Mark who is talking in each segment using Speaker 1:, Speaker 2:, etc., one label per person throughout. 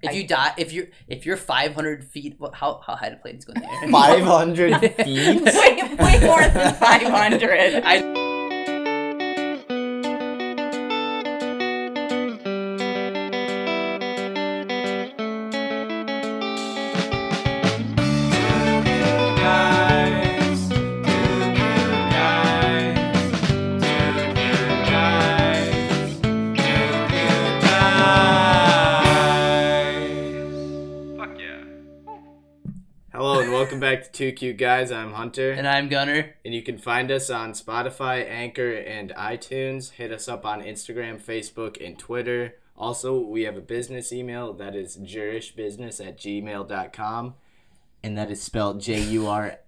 Speaker 1: If
Speaker 2: I-
Speaker 1: you die, if you're if you're 500 feet, what, how how high do planes go in the air?
Speaker 3: 500 feet?
Speaker 2: way, way more than 500.
Speaker 1: I-
Speaker 4: Fuck yeah.
Speaker 3: Hello and welcome back to Two Cute Guys. I'm Hunter,
Speaker 1: and I'm Gunner.
Speaker 3: and you can find us on Spotify, Anchor, and iTunes. Hit us up on Instagram, Facebook, and Twitter. Also, we have a business email that is jurishbusiness at gmail.com, and that is spelled J U R.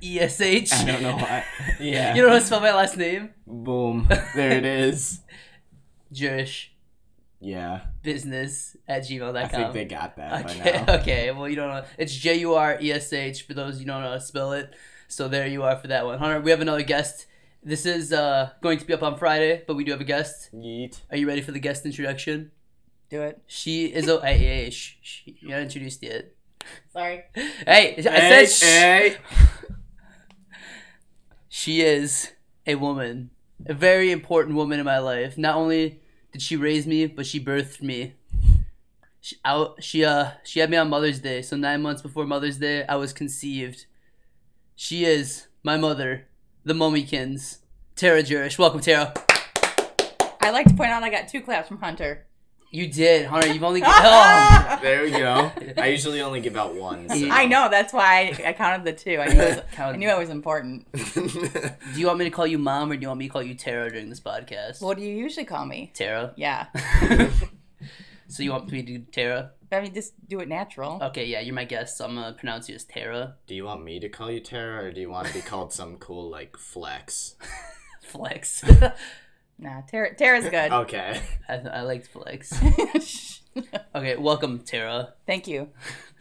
Speaker 1: E S H.
Speaker 3: I don't know why. Yeah.
Speaker 1: You know how to spell my last name?
Speaker 3: Boom. There it is.
Speaker 1: Jewish
Speaker 3: Yeah.
Speaker 1: business at gmail.com.
Speaker 3: I think they got that by
Speaker 1: Okay,
Speaker 3: now.
Speaker 1: okay. Well, you don't know. It's J U R E S H for those you don't know how to spell it. So there you are for that one. Hunter, we have another guest. This is uh, going to be up on Friday, but we do have a guest.
Speaker 3: Yeet.
Speaker 1: Are you ready for the guest introduction?
Speaker 2: Do it.
Speaker 1: She is a. hey, hey, hey, shh, shh, you're not introduced yet.
Speaker 2: Sorry.
Speaker 1: Hey, I
Speaker 3: Hey,
Speaker 1: said shh.
Speaker 3: hey.
Speaker 1: She is a woman, a very important woman in my life. Not only did she raise me, but she birthed me. She out she uh she had me on Mother's Day, so nine months before Mother's Day, I was conceived. She is my mother, the Mummykins, Tara Jurish. Welcome, Tara.
Speaker 2: I like to point out I got two claps from Hunter.
Speaker 1: You did, Hunter. You've only oh.
Speaker 3: There we go. I usually only give out one. So.
Speaker 2: I know. That's why I, I counted the two. I knew, it was,
Speaker 1: Count-
Speaker 2: I knew it was important.
Speaker 1: Do you want me to call you mom or do you want me to call you Tara during this podcast?
Speaker 2: What do you usually call me?
Speaker 1: Tara.
Speaker 2: Yeah.
Speaker 1: So you want me to do Tara?
Speaker 2: I mean, just do it natural.
Speaker 1: Okay, yeah, you're my guest, so I'm gonna pronounce you as Tara.
Speaker 3: Do you want me to call you Tara, or do you want to be called some cool like flex?
Speaker 1: Flex.
Speaker 2: Nah, Tara, Tara's good.
Speaker 1: Oh.
Speaker 3: Okay.
Speaker 1: I, I liked Flex. Okay, welcome, Tara.
Speaker 2: Thank you,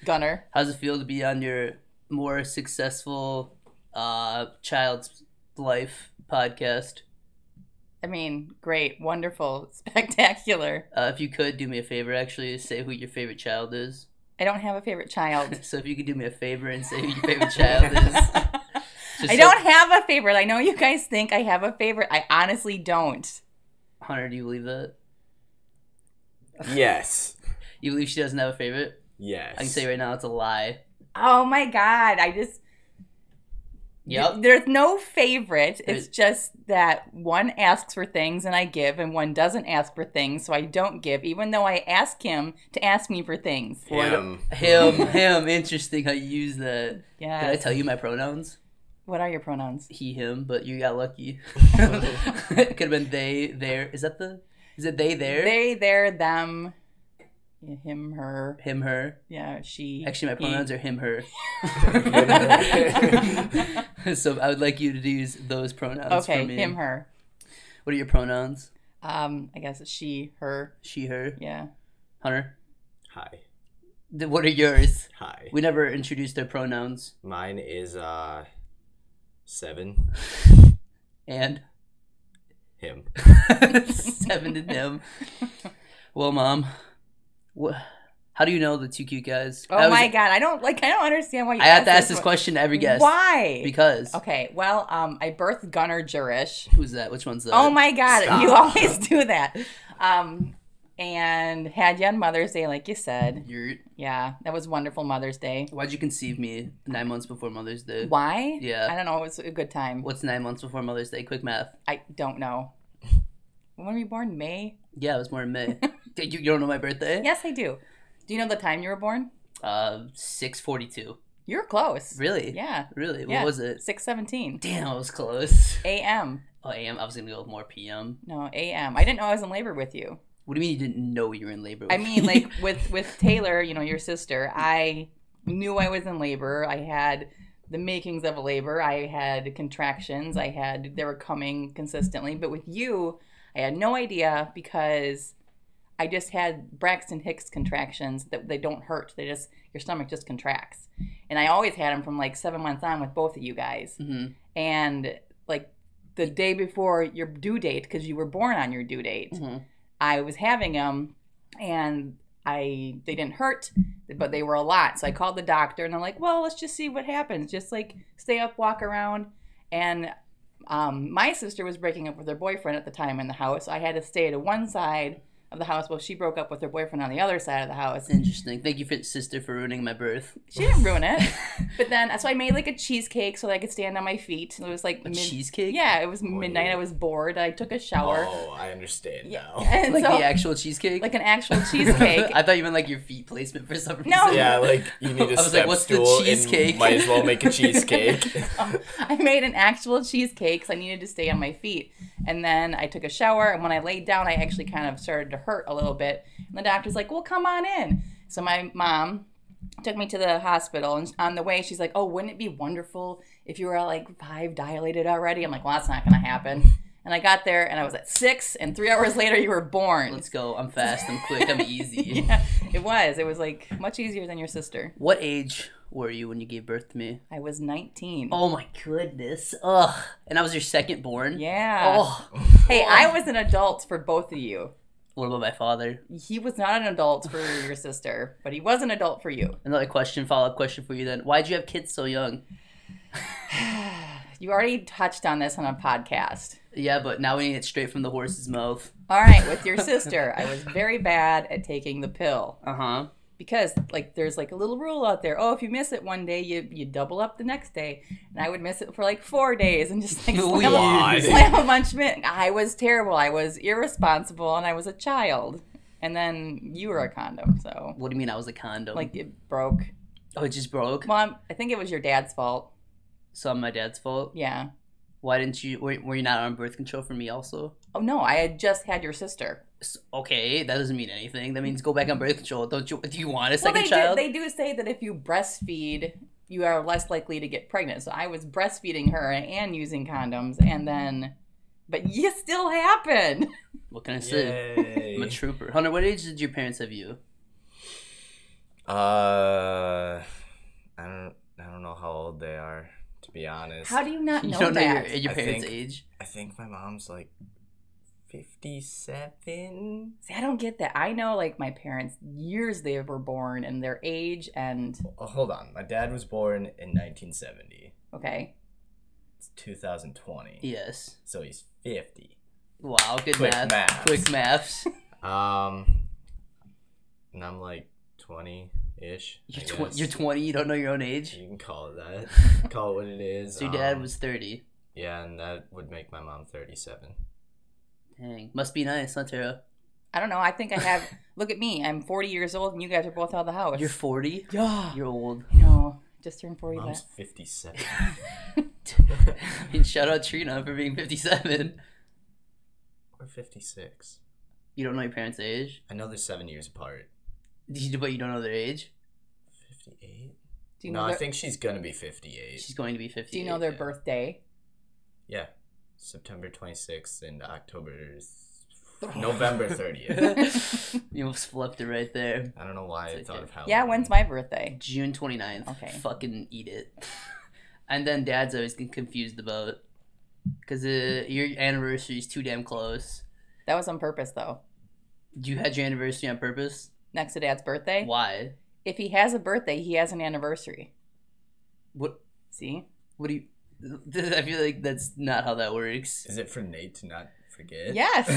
Speaker 2: Gunner.
Speaker 1: How's it feel to be on your more successful uh, child's life podcast?
Speaker 2: I mean, great, wonderful, spectacular.
Speaker 1: Uh, if you could do me a favor, actually, say who your favorite child is.
Speaker 2: I don't have a favorite child.
Speaker 1: So if you could do me a favor and say who your favorite child is. Just
Speaker 2: I
Speaker 1: so-
Speaker 2: don't have a favorite. I know you guys think I have a favorite. I honestly don't.
Speaker 1: Hunter, do you believe that?
Speaker 3: Yes.
Speaker 1: You believe she doesn't have a favorite?
Speaker 3: Yes.
Speaker 1: I can say right now it's a lie.
Speaker 2: Oh my god, I just
Speaker 1: Yep.
Speaker 2: there's no favorite. It's
Speaker 1: There's-
Speaker 2: just that one asks for things and I give and one doesn't ask for things so I don't give even though I ask him to ask me for things.
Speaker 3: Him.
Speaker 1: Him, him. Interesting how you use that. Did I
Speaker 2: Yeah.
Speaker 1: tell you my pronouns?
Speaker 2: what are your pronouns?
Speaker 1: he him, but you got lucky. Could have been they there. Is that the? Is it they there?
Speaker 2: They, there, them, yeah, him, her,
Speaker 1: Him her.
Speaker 2: yeah, she.
Speaker 1: Actually, my pronouns are him her. so I would like you to use those pronouns
Speaker 2: Okay,
Speaker 1: for me.
Speaker 2: him, her.
Speaker 1: What are your pronouns?
Speaker 2: Um, I guess it's she, her.
Speaker 1: She her.
Speaker 2: Yeah.
Speaker 1: Hunter.
Speaker 3: Hi.
Speaker 1: Th- What are yours?
Speaker 3: Hi.
Speaker 1: We never introduced their pronouns.
Speaker 3: Mine is uh seven.
Speaker 1: And
Speaker 3: Him.
Speaker 1: seven to them. Well, mom, what? How do you know the two cute guys?
Speaker 2: Oh
Speaker 1: I was-
Speaker 2: my god, I don't like. I don't understand why you.
Speaker 1: I have to ask this question to every guest.
Speaker 2: Why?
Speaker 1: Because
Speaker 2: okay, well, um, I birthed Gunnar Jurish.
Speaker 1: who's that? Which one's that?
Speaker 2: Oh my god,
Speaker 3: Stop.
Speaker 2: you always do that. Um, and had you on Mother's Day, like you said.
Speaker 1: You're,
Speaker 2: Yeah, that was wonderful Mother's Day.
Speaker 1: why'd you conceive me nine months before Mother's Day?
Speaker 2: Why?
Speaker 1: Yeah.
Speaker 2: I don't know. It was a good time.
Speaker 1: What's nine months before Mother's Day? Quick math.
Speaker 2: I don't know. When were you born? May?
Speaker 1: Yeah, it was born in May. Did you, you don't know my birthday?
Speaker 2: Yes, I do. Do you know the time you were born?
Speaker 1: Uh, six forty-two.
Speaker 2: You're close.
Speaker 1: Really?
Speaker 2: Yeah.
Speaker 1: Really? What
Speaker 2: Yeah.
Speaker 1: was it?
Speaker 2: Six seventeen.
Speaker 1: Damn, I was close.
Speaker 2: A.M.
Speaker 1: Oh, AM. I was gonna go with more PM.
Speaker 2: No, A.M. I didn't know I was in labor with you.
Speaker 1: What do you mean you didn't know you were in labor?
Speaker 2: I
Speaker 1: with
Speaker 2: mean,
Speaker 1: me?
Speaker 2: like with with Taylor, you know, your sister, I knew I was in labor. I had the makings of a labor. I had contractions. I had they were coming consistently. But with you, I had no idea because I just had Braxton Hicks contractions that they don't hurt. They just your stomach just contracts, and I always had them from like seven months on with both of you guys.
Speaker 1: Mhm.
Speaker 2: And like the day before your
Speaker 1: mm-hmm.
Speaker 2: due date, because you were born on your due date.
Speaker 1: Mhm.
Speaker 2: I was having them, and I they didn't hurt, but they were a lot. So I called the doctor and I'm like, well, let's just see what happens. Just like stay up, walk around. And um, my sister was breaking up with her boyfriend at the time in the house. I had to stay to one side of the house while she broke up with her boyfriend on the other side of the house.
Speaker 1: Interesting. Thank you, for, sister, for ruining my birth.
Speaker 2: She didn't ruin it. But then, so I made like a cheesecake so that I could stand on my feet. And it was like
Speaker 1: A cheesecake?
Speaker 2: Yeah, it was midnight. I was bored. I took a shower.
Speaker 3: Oh, I understand now.
Speaker 2: And
Speaker 1: Like
Speaker 2: so,
Speaker 1: the actual cheesecake?
Speaker 2: like an actual cheesecake.
Speaker 1: I thought you meant like your feet placement for some reason.
Speaker 2: No.
Speaker 3: Yeah, like you need a
Speaker 1: I was like,
Speaker 3: step
Speaker 1: "What's the
Speaker 3: stool
Speaker 1: cheesecake?"
Speaker 3: and might as well make a cheesecake.
Speaker 2: I made an actual cheesecake because I needed to stay on my feet. And then I took a shower, and when I laid down, I actually kind of started to hurt a little bit. And the doctor's like, "Well, come on in." So my mom took me to the hospital, and on the way, she's like, "Oh, wouldn't it be wonderful if you were like five dilated already?" I'm like, "Well, that's not gonna happen." And I got there, and I was at six, and three hours later, you were born.
Speaker 1: Let's go. I'm fast. I'm quick. I'm easy.
Speaker 2: yeah, it was. It was like much easier than your sister.
Speaker 1: What age were you when you gave birth to me?
Speaker 2: I was 19.
Speaker 1: Oh my goodness. Ugh. And I was your second born?
Speaker 2: Yeah.
Speaker 1: Oh.
Speaker 2: Hey, I was an adult for both of you.
Speaker 1: What about my father?
Speaker 2: He was not an adult for your sister, but he was an adult for you.
Speaker 1: Another question, follow up question for you then. Why'd you have kids so young?
Speaker 2: You already touched on this on a podcast.
Speaker 1: Yeah, but now we need it straight from the horse's mouth.
Speaker 2: All right, with your sister, I was very bad at taking the pill
Speaker 1: Uh huh.
Speaker 2: because like there's like a little rule out there. Oh, if you miss it one day, you you double up the next day. And I would miss it for like 4 days and just like slam,
Speaker 3: Why?
Speaker 2: a- slam a bunch of it. I was terrible. I was irresponsible and I was a child. And then you were a condom, so
Speaker 1: What do you mean I was a condom?
Speaker 2: like it broke.
Speaker 1: oh, it just broke.
Speaker 2: Mom, I think it was your dad's fault.
Speaker 1: So I'm my dad's fault.
Speaker 2: Yeah.
Speaker 1: Why didn't you? Were, were you not on birth control for me also?
Speaker 2: Oh no, I had just had your sister.
Speaker 1: S okay, that doesn't mean anything. That means go back on birth control. Don't you? Do you want a
Speaker 2: well,
Speaker 1: second
Speaker 2: they
Speaker 1: child?
Speaker 2: do. They do say that if you breastfeed, you are less likely to get pregnant. So I was breastfeeding her and using condoms, and then, but you still happened.
Speaker 1: what can I say? I'm a
Speaker 3: Yay.
Speaker 1: trooper. Hunter, what age did your parents have you?
Speaker 3: Uh, I don't, Uh, I don't know how old they are. To be honest,
Speaker 2: How do you not
Speaker 1: You
Speaker 2: know
Speaker 1: don't know your,
Speaker 2: that?
Speaker 1: your
Speaker 3: I
Speaker 1: parents'
Speaker 3: think-
Speaker 1: age.
Speaker 3: I think my mom's like fifty-seven.
Speaker 2: See, I don't get that. I know like my parents' years they were born and their age, and
Speaker 3: Oh, hold on, my dad was born in 1970.
Speaker 2: okay,
Speaker 3: It's 2020.
Speaker 1: Yes.
Speaker 3: So he's 50.
Speaker 1: Wow. Good
Speaker 3: Quick
Speaker 1: math.
Speaker 3: maths.
Speaker 1: Quick maths.
Speaker 3: Um, and I'm like 20 ish.
Speaker 1: You're, tw- you're 20. You don't know your own age.
Speaker 3: You can call it that. call it what it is.
Speaker 1: So your dad
Speaker 3: Um,
Speaker 1: was 30.
Speaker 3: Yeah, and that would make my mom 37.
Speaker 1: Dang. Must be nice, huh, Tara?
Speaker 2: I don't know. I think I have. look at me. I'm 40 years old, and you guys are both out of the house.
Speaker 1: You're 40.
Speaker 2: yeah.
Speaker 1: You're old.
Speaker 2: No, just turned 40.
Speaker 3: Mom's
Speaker 2: last.
Speaker 3: 57.
Speaker 1: I mean, shout out Trina for being 57.
Speaker 3: or 56.
Speaker 1: You don't know your parents' age,
Speaker 3: I know they're seven years apart.
Speaker 1: Did you- but you don't know their age.
Speaker 3: 58?
Speaker 2: Do you
Speaker 3: no,
Speaker 2: know
Speaker 3: I
Speaker 2: their,
Speaker 3: think she's gonna be 58.
Speaker 1: She's going to be 50.
Speaker 2: Do you know their birthday?
Speaker 3: Yeah. September 26th and October. th- November 30th.
Speaker 1: you almost flipped it right there.
Speaker 3: I don't know why I
Speaker 1: It's
Speaker 3: thought
Speaker 1: okay.
Speaker 3: of how.
Speaker 2: Yeah, when's my birthday?
Speaker 1: June 29th.
Speaker 2: Okay.
Speaker 1: Fucking eat it. and then dad's always get confused about because uh, your anniversary is too damn close.
Speaker 2: That was on purpose, though.
Speaker 1: You had your anniversary on purpose.
Speaker 2: Next to Dad's birthday.
Speaker 1: Why?
Speaker 2: If he has a birthday, he has an anniversary.
Speaker 1: What?
Speaker 2: See?
Speaker 1: What do you? I feel like that's not how that works.
Speaker 3: Is it for Nate to not forget?
Speaker 2: Yes.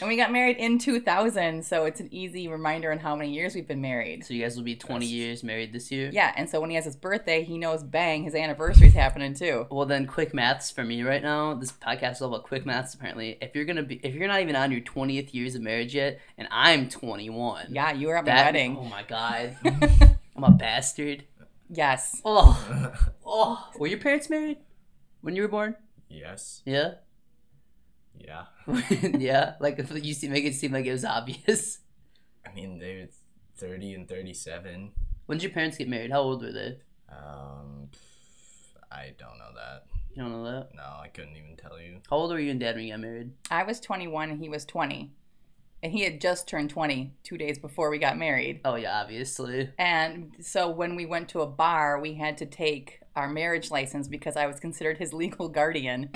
Speaker 2: and we got married in 2000, so it's an easy reminder on how many years we've been married.
Speaker 1: So you guys will be 20
Speaker 3: That's-
Speaker 1: years married this year.
Speaker 2: Yeah, and so when he has his birthday, he knows bang, his anniversary's happening too.
Speaker 1: Well then, quick maths for me right now. This podcast is all about quick maths. Apparently, if you're gonna be, if you're not even on your twentieth years of marriage yet, and I'm twenty one.
Speaker 2: Yeah, you were at my
Speaker 1: That,
Speaker 2: wedding.
Speaker 1: Oh my god, I'm a bastard.
Speaker 2: Yes.
Speaker 1: Oh, oh. Were your parents married when you were born?
Speaker 3: yes.
Speaker 1: Yeah,
Speaker 3: Yeah.
Speaker 1: yeah. Like if you see, make it seem like it was obvious.
Speaker 3: I mean, they're 30 and 37.
Speaker 1: When did your parents get married? How old were they?
Speaker 3: Um, pff, I don't know that.
Speaker 1: You don't know that.
Speaker 3: No, I couldn't even tell you.
Speaker 1: How old were you and Dad when you got married?
Speaker 2: I was 21 and he was 20. and he had just turned 20 two days before we got married.
Speaker 1: Oh yeah, obviously.
Speaker 2: And so when we went to a bar, we had to take our marriage license because I was considered his legal guardian.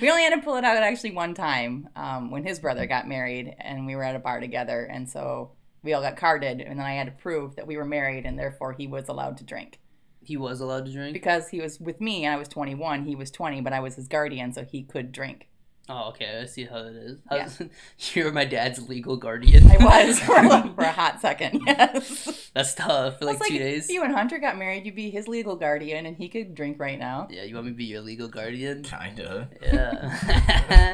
Speaker 2: we only had to pull it out actually one time um, when his brother got married and we were at a bar together. And so we all got carded. And then I had to prove that we were married and therefore he was allowed to drink
Speaker 1: He was allowed to drink.
Speaker 2: because he was with me and I was 21. He was 20, but I was his guardian, so he could drink.
Speaker 1: Oh, okay. I see how it is. How's, You're my dad's legal guardian.
Speaker 2: I was for a, for a hot second. Yes.
Speaker 1: That's tough for
Speaker 2: I
Speaker 1: like,
Speaker 2: was like,
Speaker 1: two days.
Speaker 2: If you and Hunter got married, you'd be his legal guardian and he could drink right now.
Speaker 1: Yeah, you want me to be your legal guardian?
Speaker 3: Kinda.
Speaker 1: Yeah.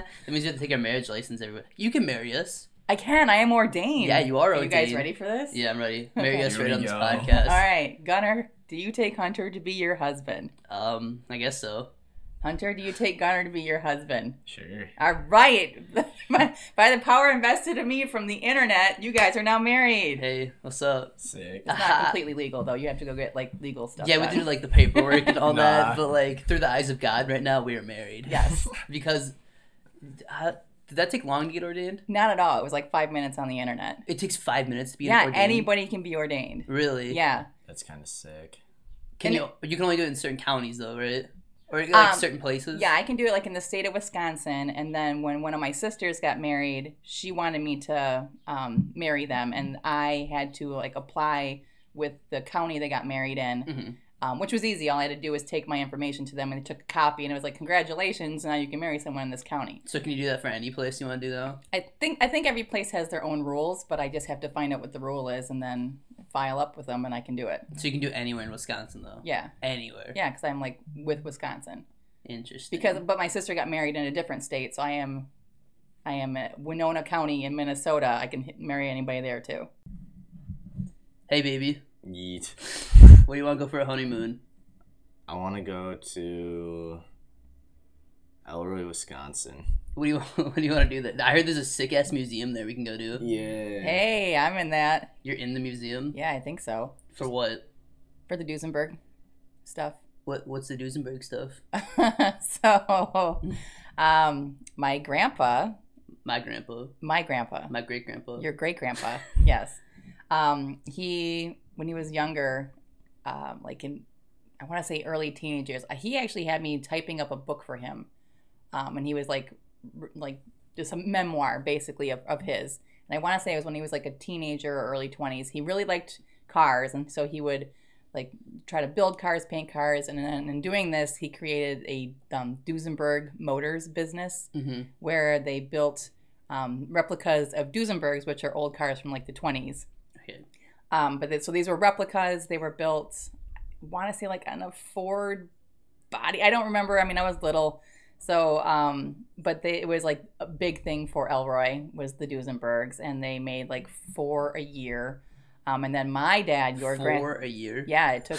Speaker 1: that means you have to take our marriage license everywhere. You can marry us.
Speaker 2: I can. I am ordained.
Speaker 1: Yeah, you are
Speaker 2: You guys
Speaker 1: ordained.
Speaker 2: ready for this?
Speaker 1: Yeah, I'm ready. Marry
Speaker 2: Okay.
Speaker 1: us
Speaker 3: Here
Speaker 1: right
Speaker 3: we
Speaker 1: on this
Speaker 3: go.
Speaker 1: podcast.
Speaker 2: All right, Gunner, do you take Hunter to be your husband?
Speaker 1: Um, I guess so.
Speaker 2: Hunter, do you take Gunner to be your husband?
Speaker 3: Sure.
Speaker 2: All right. by, by the power invested in me from the internet, you guys are now married.
Speaker 1: Hey, what's up?
Speaker 3: Sick.
Speaker 2: It's not completely legal though. You have to go get like legal stuff.
Speaker 1: Uh-huh. Yeah, we
Speaker 2: done.
Speaker 1: do like the paperwork and all that,
Speaker 3: Nah.
Speaker 1: but like through the eyes of God, right now we are married.
Speaker 2: Yes.
Speaker 1: because uh, did that take long to get ordained?
Speaker 2: Not at all. It was like five minutes on the internet.
Speaker 1: It takes five minutes to be
Speaker 2: yeah,
Speaker 1: ordained.
Speaker 2: anybody can be ordained.
Speaker 1: Really?
Speaker 2: Yeah.
Speaker 3: That's kind of sick.
Speaker 1: Can
Speaker 2: And
Speaker 1: you? But you can only do it in certain counties, though, right? Or like
Speaker 2: Um,
Speaker 1: certain places.
Speaker 2: Yeah, I can do it like in the state of Wisconsin. And then when one of my sisters got married, she wanted me to um, marry them. And I had to like apply with the county they got married in,
Speaker 1: Mhm.
Speaker 2: um, which was easy. All I had to do was take my information to them and they took a copy. And it was like, congratulations, now you can marry someone in this county.
Speaker 1: So can you do that for any place you want to do though?
Speaker 2: I think I think every place has their own rules, but I just have to find out what the rule is and then file up with them and I can do it.
Speaker 1: So you can do anywhere in Wisconsin though.
Speaker 2: Yeah.
Speaker 1: Anywhere.
Speaker 2: Yeah, because I'm like with Wisconsin.
Speaker 1: Interesting.
Speaker 2: because but my sister got married in a different state so i am i am at winona county in minnesota i can hit, marry anybody there too
Speaker 1: hey baby,
Speaker 3: Yeet.
Speaker 1: where do you want to go for a honeymoon?
Speaker 3: I want to go to Elroy, Wisconsin.
Speaker 1: What do you What do you want to do? That I heard there's a sick ass museum there we can go to.
Speaker 3: Yeah.
Speaker 2: hey i'm in that
Speaker 1: You're in the museum
Speaker 2: yeah i think so
Speaker 1: for what?
Speaker 2: for the duesenberg stuff
Speaker 1: What What's the Duesenberg stuff?
Speaker 2: so um my grandpa
Speaker 1: My grandpa,
Speaker 2: my grandpa
Speaker 1: my great grandpa.
Speaker 2: your great grandpa yes um he when he was younger um like in i want to say early teenage years he actually had me typing up a book for him um and he was like r- like just a memoir basically of, of his and i want to say it was when he was like a teenager or early 20s he really liked cars and so he would like try to build cars paint cars and then in doing this he created a um, duesenberg motors business
Speaker 1: hmm
Speaker 2: where they built um, replicas of Duesenbergs, which are old cars from like the 20s.
Speaker 1: Okay.
Speaker 2: Um, but they, so these were replicas. They were built, I want to say like on a Ford body. I don't remember. I mean, I was little. So, um, but they, it was like a big thing for Elroy was the Duesenbergs, and they made like four a year. Um, and then my dad, your
Speaker 1: for
Speaker 2: grand,
Speaker 1: a year.
Speaker 2: yeah, it took.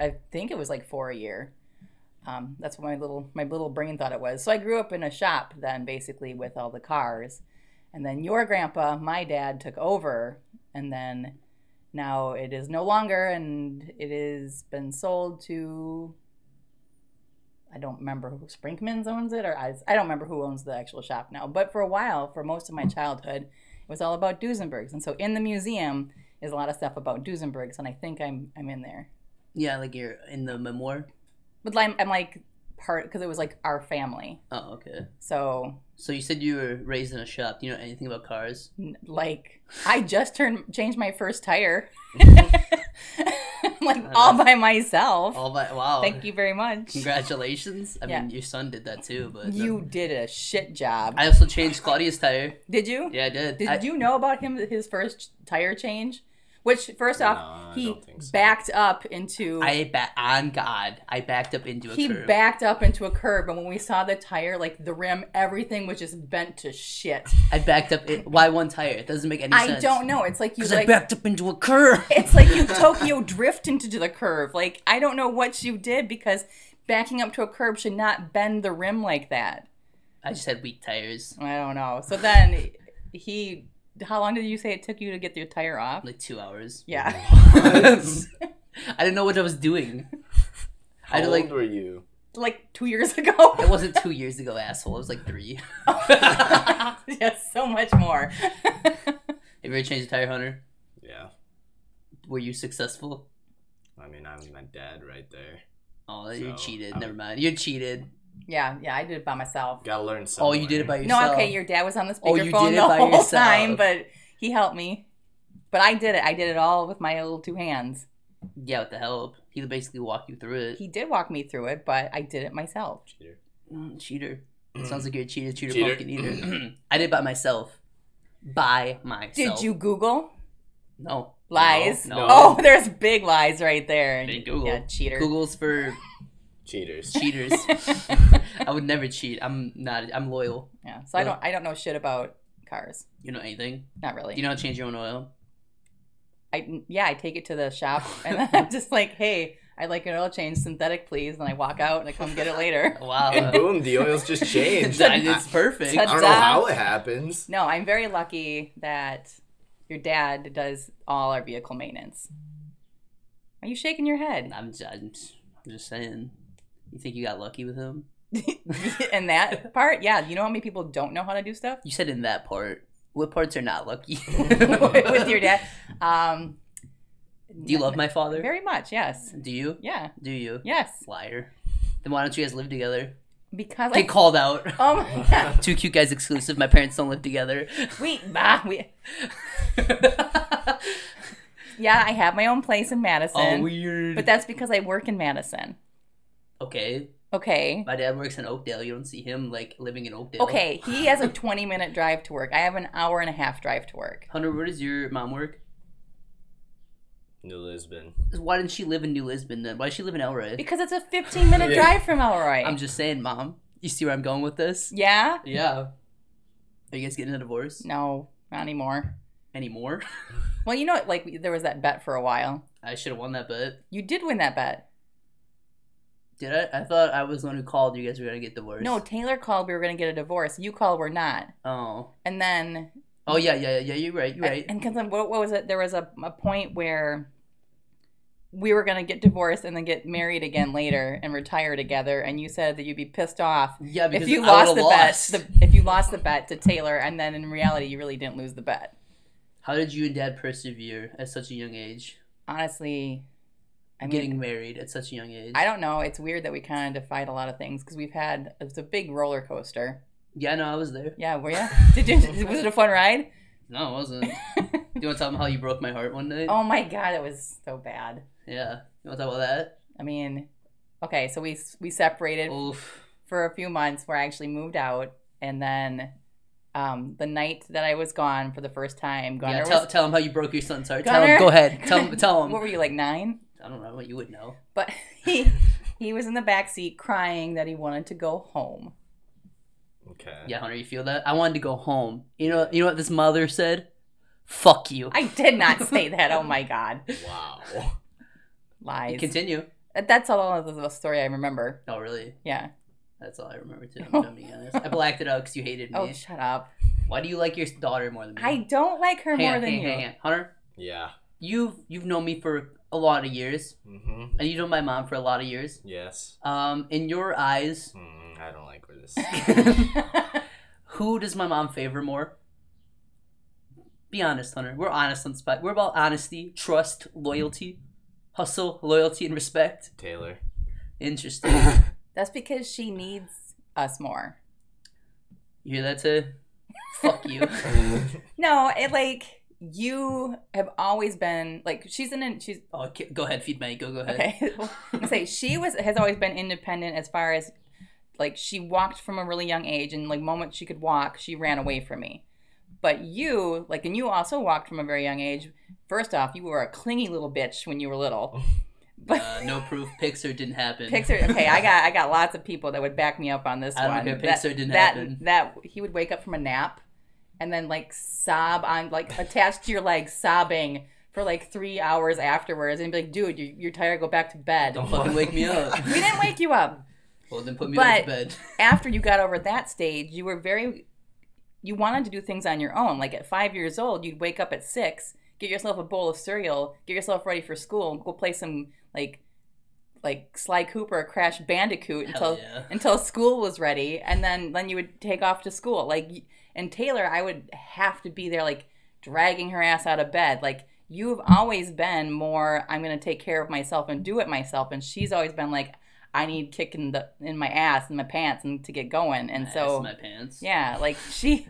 Speaker 2: I think it was like four a year. Um, that's what my little my little brain thought it was. So I grew up in a shop then, basically with all the cars, and then your grandpa, my dad, took over, and then now it is no longer, and it has been sold to. I don't remember who Sprinkman's owns it, or I, I don't remember who owns the actual shop now. But for a while, for most of my childhood, it was all about Duesenbergs, and so in the museum is a lot of stuff about Duesenbergs, and I think I'm I'm in there.
Speaker 1: Yeah, like you're in the memoir.
Speaker 2: But I'm, I'm like part because it was like our family,
Speaker 1: Oh, okay.
Speaker 2: so
Speaker 1: So you said you were raised in a shop. Do you know anything about cars?
Speaker 2: n- like I just turned changed my first tire, like all by myself.
Speaker 1: All by wow.
Speaker 2: Thank you very much.
Speaker 1: Congratulations. I
Speaker 2: Yeah.
Speaker 1: mean, your son did that too, but
Speaker 2: You did a shit job.
Speaker 1: I also changed Claudia's tire.
Speaker 2: did you?
Speaker 1: Yeah, I did.
Speaker 2: Did
Speaker 1: I-
Speaker 2: you know about him his first tire change? Which first
Speaker 3: No,
Speaker 2: off,
Speaker 3: I
Speaker 2: he
Speaker 3: don't think so.
Speaker 2: backed up into
Speaker 1: I ba- on God, I backed up into a
Speaker 2: he
Speaker 1: curb.
Speaker 2: backed up into a curb and when we saw the tire like the rim everything was just bent to shit
Speaker 1: I backed up. It, why one tire? It doesn't make any
Speaker 2: i
Speaker 1: sense.
Speaker 2: don't know it's like you
Speaker 1: Because I
Speaker 2: like
Speaker 1: backed up into a curb.
Speaker 2: it's like you tokyo drift into the curve like i don't know what you did because backing up to a curb should not bend the rim like that
Speaker 1: I just had weak tires,
Speaker 2: i don't know so then he how long did you say it took you to get your tire off
Speaker 1: like two hours.
Speaker 2: yeah
Speaker 1: I didn't know what I was doing.
Speaker 3: How
Speaker 1: I did,
Speaker 3: old
Speaker 1: like-
Speaker 3: were you?
Speaker 2: like two years ago.
Speaker 1: It wasn't two years ago, asshole. It was like three.
Speaker 2: yes, so much more.
Speaker 1: Have you ever changed a tire, Hunter?
Speaker 3: Yeah.
Speaker 1: Were you successful?
Speaker 3: I mean, I'm my dad right there.
Speaker 1: Oh, you
Speaker 3: No,
Speaker 1: cheated.
Speaker 3: I-
Speaker 1: Never mind. You cheated.
Speaker 2: yeah, yeah, I did it by myself.
Speaker 3: Gotta learn something.
Speaker 1: Oh, you did it by yourself.
Speaker 2: No, okay, your dad was on the
Speaker 1: Oh, you
Speaker 2: speakerphone
Speaker 1: did it
Speaker 2: the
Speaker 1: by
Speaker 2: whole
Speaker 1: yourself.
Speaker 2: time, but he helped me. But I did it. I did it all with my little two hands.
Speaker 1: Yeah, with the help. He basically walked you through it.
Speaker 2: He did walk me through it, but I did it myself.
Speaker 3: Cheater.
Speaker 1: Mm, cheater. Sounds like you're a cheater, cheater,
Speaker 3: Cheater.
Speaker 1: pumpkin eater. I did it by myself. By
Speaker 2: Did
Speaker 1: myself.
Speaker 2: you Google
Speaker 1: No.
Speaker 2: lies?
Speaker 1: No.
Speaker 2: Oh, there's big lies right there.
Speaker 1: Big Google.
Speaker 2: Yeah, cheater.
Speaker 1: Google's for
Speaker 3: Cheaters.
Speaker 1: cheaters. I would never cheat. I'm not. I'm loyal.
Speaker 2: yeah. So I don't. I don't know shit about cars.
Speaker 1: You know anything?
Speaker 2: Not really.
Speaker 1: You know how to change your own oil?
Speaker 2: I yeah, I take it to the shop and then I'm just like, hey, I'd like an oil change, synthetic, please. And I walk out and I come get it later.
Speaker 1: Wow.
Speaker 3: And boom, the oil's just changed. I,
Speaker 1: it's perfect.
Speaker 3: I don't know how it happens.
Speaker 2: No, I'm very lucky that your dad does all our vehicle maintenance. Are you shaking your head?
Speaker 1: I'm just, I'm just, I'm just saying. You think you got lucky with him?
Speaker 2: and that part, yeah. You know how many people don't know how to do stuff
Speaker 1: You said in that part. What parts are not lucky?
Speaker 2: with your dad? Um,
Speaker 1: Do you love my father?
Speaker 2: very much? Yes.
Speaker 1: Do you?
Speaker 2: Yeah.
Speaker 1: Do you?
Speaker 2: Yes.
Speaker 1: Liar. Then why don't you guys live together?
Speaker 2: Because I.
Speaker 1: Get called out.
Speaker 2: oh my god.
Speaker 1: Two cute guys exclusive. My parents don't live together.
Speaker 2: We, bah, we. Yeah, I have my own place in
Speaker 1: oh,
Speaker 2: Madison.
Speaker 1: weird.
Speaker 2: But that's because I work in Madison.
Speaker 1: okay.
Speaker 2: Okay.
Speaker 1: My dad works in Oakdale. You don't see him like living in Oakdale.
Speaker 2: Okay, he has a 20 minute drive to work. I have an hour and a half drive to work.
Speaker 1: Hunter, where does your mom work?
Speaker 3: New Lisbon.
Speaker 1: Why didn't she live in New Lisbon then? Why does she live in Elroy?
Speaker 2: Because it's a 15 minute
Speaker 3: Yeah.
Speaker 2: drive from Elroy.
Speaker 1: I'm just saying, mom. You see where I'm going with this?
Speaker 2: yeah?
Speaker 1: Yeah. Are you guys getting a divorce
Speaker 2: No, not anymore.
Speaker 1: anymore?
Speaker 2: Well, you know, like there was that bet for a while.
Speaker 1: I should have won that bet.
Speaker 2: You did win that bet.
Speaker 1: Did I? I thought I was the one who called you guys were gonna get divorced.
Speaker 2: No, Taylor called. We were going to get a divorce. You called. We're not.
Speaker 1: Oh.
Speaker 2: And then,
Speaker 1: Oh yeah, yeah, yeah, yeah. You're right. You're right.
Speaker 2: and because what, what was it? There was a, a point where we were going to get divorced and then get married again later and retire together. And you said that you'd be pissed off
Speaker 1: yeah, because
Speaker 2: if you
Speaker 1: I
Speaker 2: lost the
Speaker 1: would've lost.
Speaker 2: bet, the, if you lost the bet to Taylor, and then in reality you really didn't lose the bet.
Speaker 1: How did you and Dad persevere at such a young age?
Speaker 2: Honestly, I mean,
Speaker 1: Getting married at such a young age.
Speaker 2: I don't know. It's weird that we kind of defied a lot of things because we've had it's a big roller coaster.
Speaker 1: Yeah, no, I was there.
Speaker 2: Yeah, were you? Did you? Was it a fun ride?
Speaker 1: No, I wasn't. Do you want to tell them how you broke my heart one night?
Speaker 2: Oh my god, it was so bad.
Speaker 1: Yeah. You want to talk about that?
Speaker 2: I mean, okay, so we we separated
Speaker 1: Oof.
Speaker 2: for a few months where I actually moved out, and then. Um, the night that I was gone for the first time, Gunner
Speaker 1: Yeah, tell,
Speaker 2: was.
Speaker 1: tell them how you broke your son's heart.
Speaker 2: Gunner?
Speaker 1: Tell them. Go ahead. Tell them. Tell them.
Speaker 2: what were you like nine?
Speaker 1: I don't know what you would know.
Speaker 2: but he he was in the back seat crying that he wanted to go home.
Speaker 3: Okay.
Speaker 1: Yeah, Hunter, you feel that? I wanted to go home. You know, you know what this mother said? Fuck you.
Speaker 2: I did not say that. Oh my god,
Speaker 3: Wow.
Speaker 2: lies.
Speaker 1: Continue.
Speaker 2: That- That's all of the story I remember.
Speaker 1: Oh, really?
Speaker 2: Yeah.
Speaker 1: That's all I remember too. if I'm being honest. I blacked it out because you hated me.
Speaker 2: Oh, shut up.
Speaker 1: Why do you like your daughter more than me?
Speaker 2: I don't like her
Speaker 1: Hang
Speaker 2: more
Speaker 1: on,
Speaker 2: than
Speaker 1: hang on,
Speaker 2: you.
Speaker 1: hang on. Hunter,
Speaker 3: Yeah.
Speaker 1: you've you've known me for a lot of years,
Speaker 3: Mm-hmm.
Speaker 1: and you've known my mom for a lot of years.
Speaker 3: Yes.
Speaker 1: Um, in your eyes,
Speaker 3: Mm, I don't like where this.
Speaker 1: who does my mom favor more? Be honest, Hunter. We're honest on spot. We're about honesty, trust, loyalty, hustle, loyalty, and respect.
Speaker 3: Taylor.
Speaker 1: Interesting.
Speaker 2: That's because she needs us more.
Speaker 1: you hear that, too? Fuck you.
Speaker 2: No, it like you have always been like she's an she's
Speaker 1: Oh, okay, go ahead, feed my ego. Go ahead.
Speaker 2: okay. I say she was has always been independent as far as like she walked from a really young age and like moment she could walk, she ran away from me. But you, like and you also walked from a very young age. First off, you were a clingy little bitch when you were little. But
Speaker 1: Uh, no proof. Pixar didn't happen.
Speaker 2: Pixar okay, I got I got lots of people that would back me up on this
Speaker 1: I don't
Speaker 2: one.
Speaker 1: care,
Speaker 2: That-
Speaker 1: Pixar didn't
Speaker 2: that,
Speaker 1: happen.
Speaker 2: that he would wake up from a nap and then like sob on like attached to your leg sobbing for like three hours afterwards and be like, dude, you you're tired, go back to bed.
Speaker 1: Don't fucking wake me up.
Speaker 2: We didn't wake you up.
Speaker 1: Well, then put me
Speaker 2: But-
Speaker 1: back to bed.
Speaker 2: After you got over that stage, you were very, you wanted to do things on your own. Like at five years old, you'd wake up at six, get yourself a bowl of cereal, get yourself ready for school, go play some like like Sly Cooper or Crash Bandicoot
Speaker 1: Hell
Speaker 2: until
Speaker 1: yeah.
Speaker 2: until school was ready, and then then you would take off to school. Like y- and Taylor, I would have to be there like dragging her ass out of bed. Like you've always been more I'm going to take care of myself and do it myself, and she's always been like I need kicking the in my ass and my pants and to get going. And
Speaker 1: My ass
Speaker 2: so
Speaker 1: in my pants.
Speaker 2: yeah, like she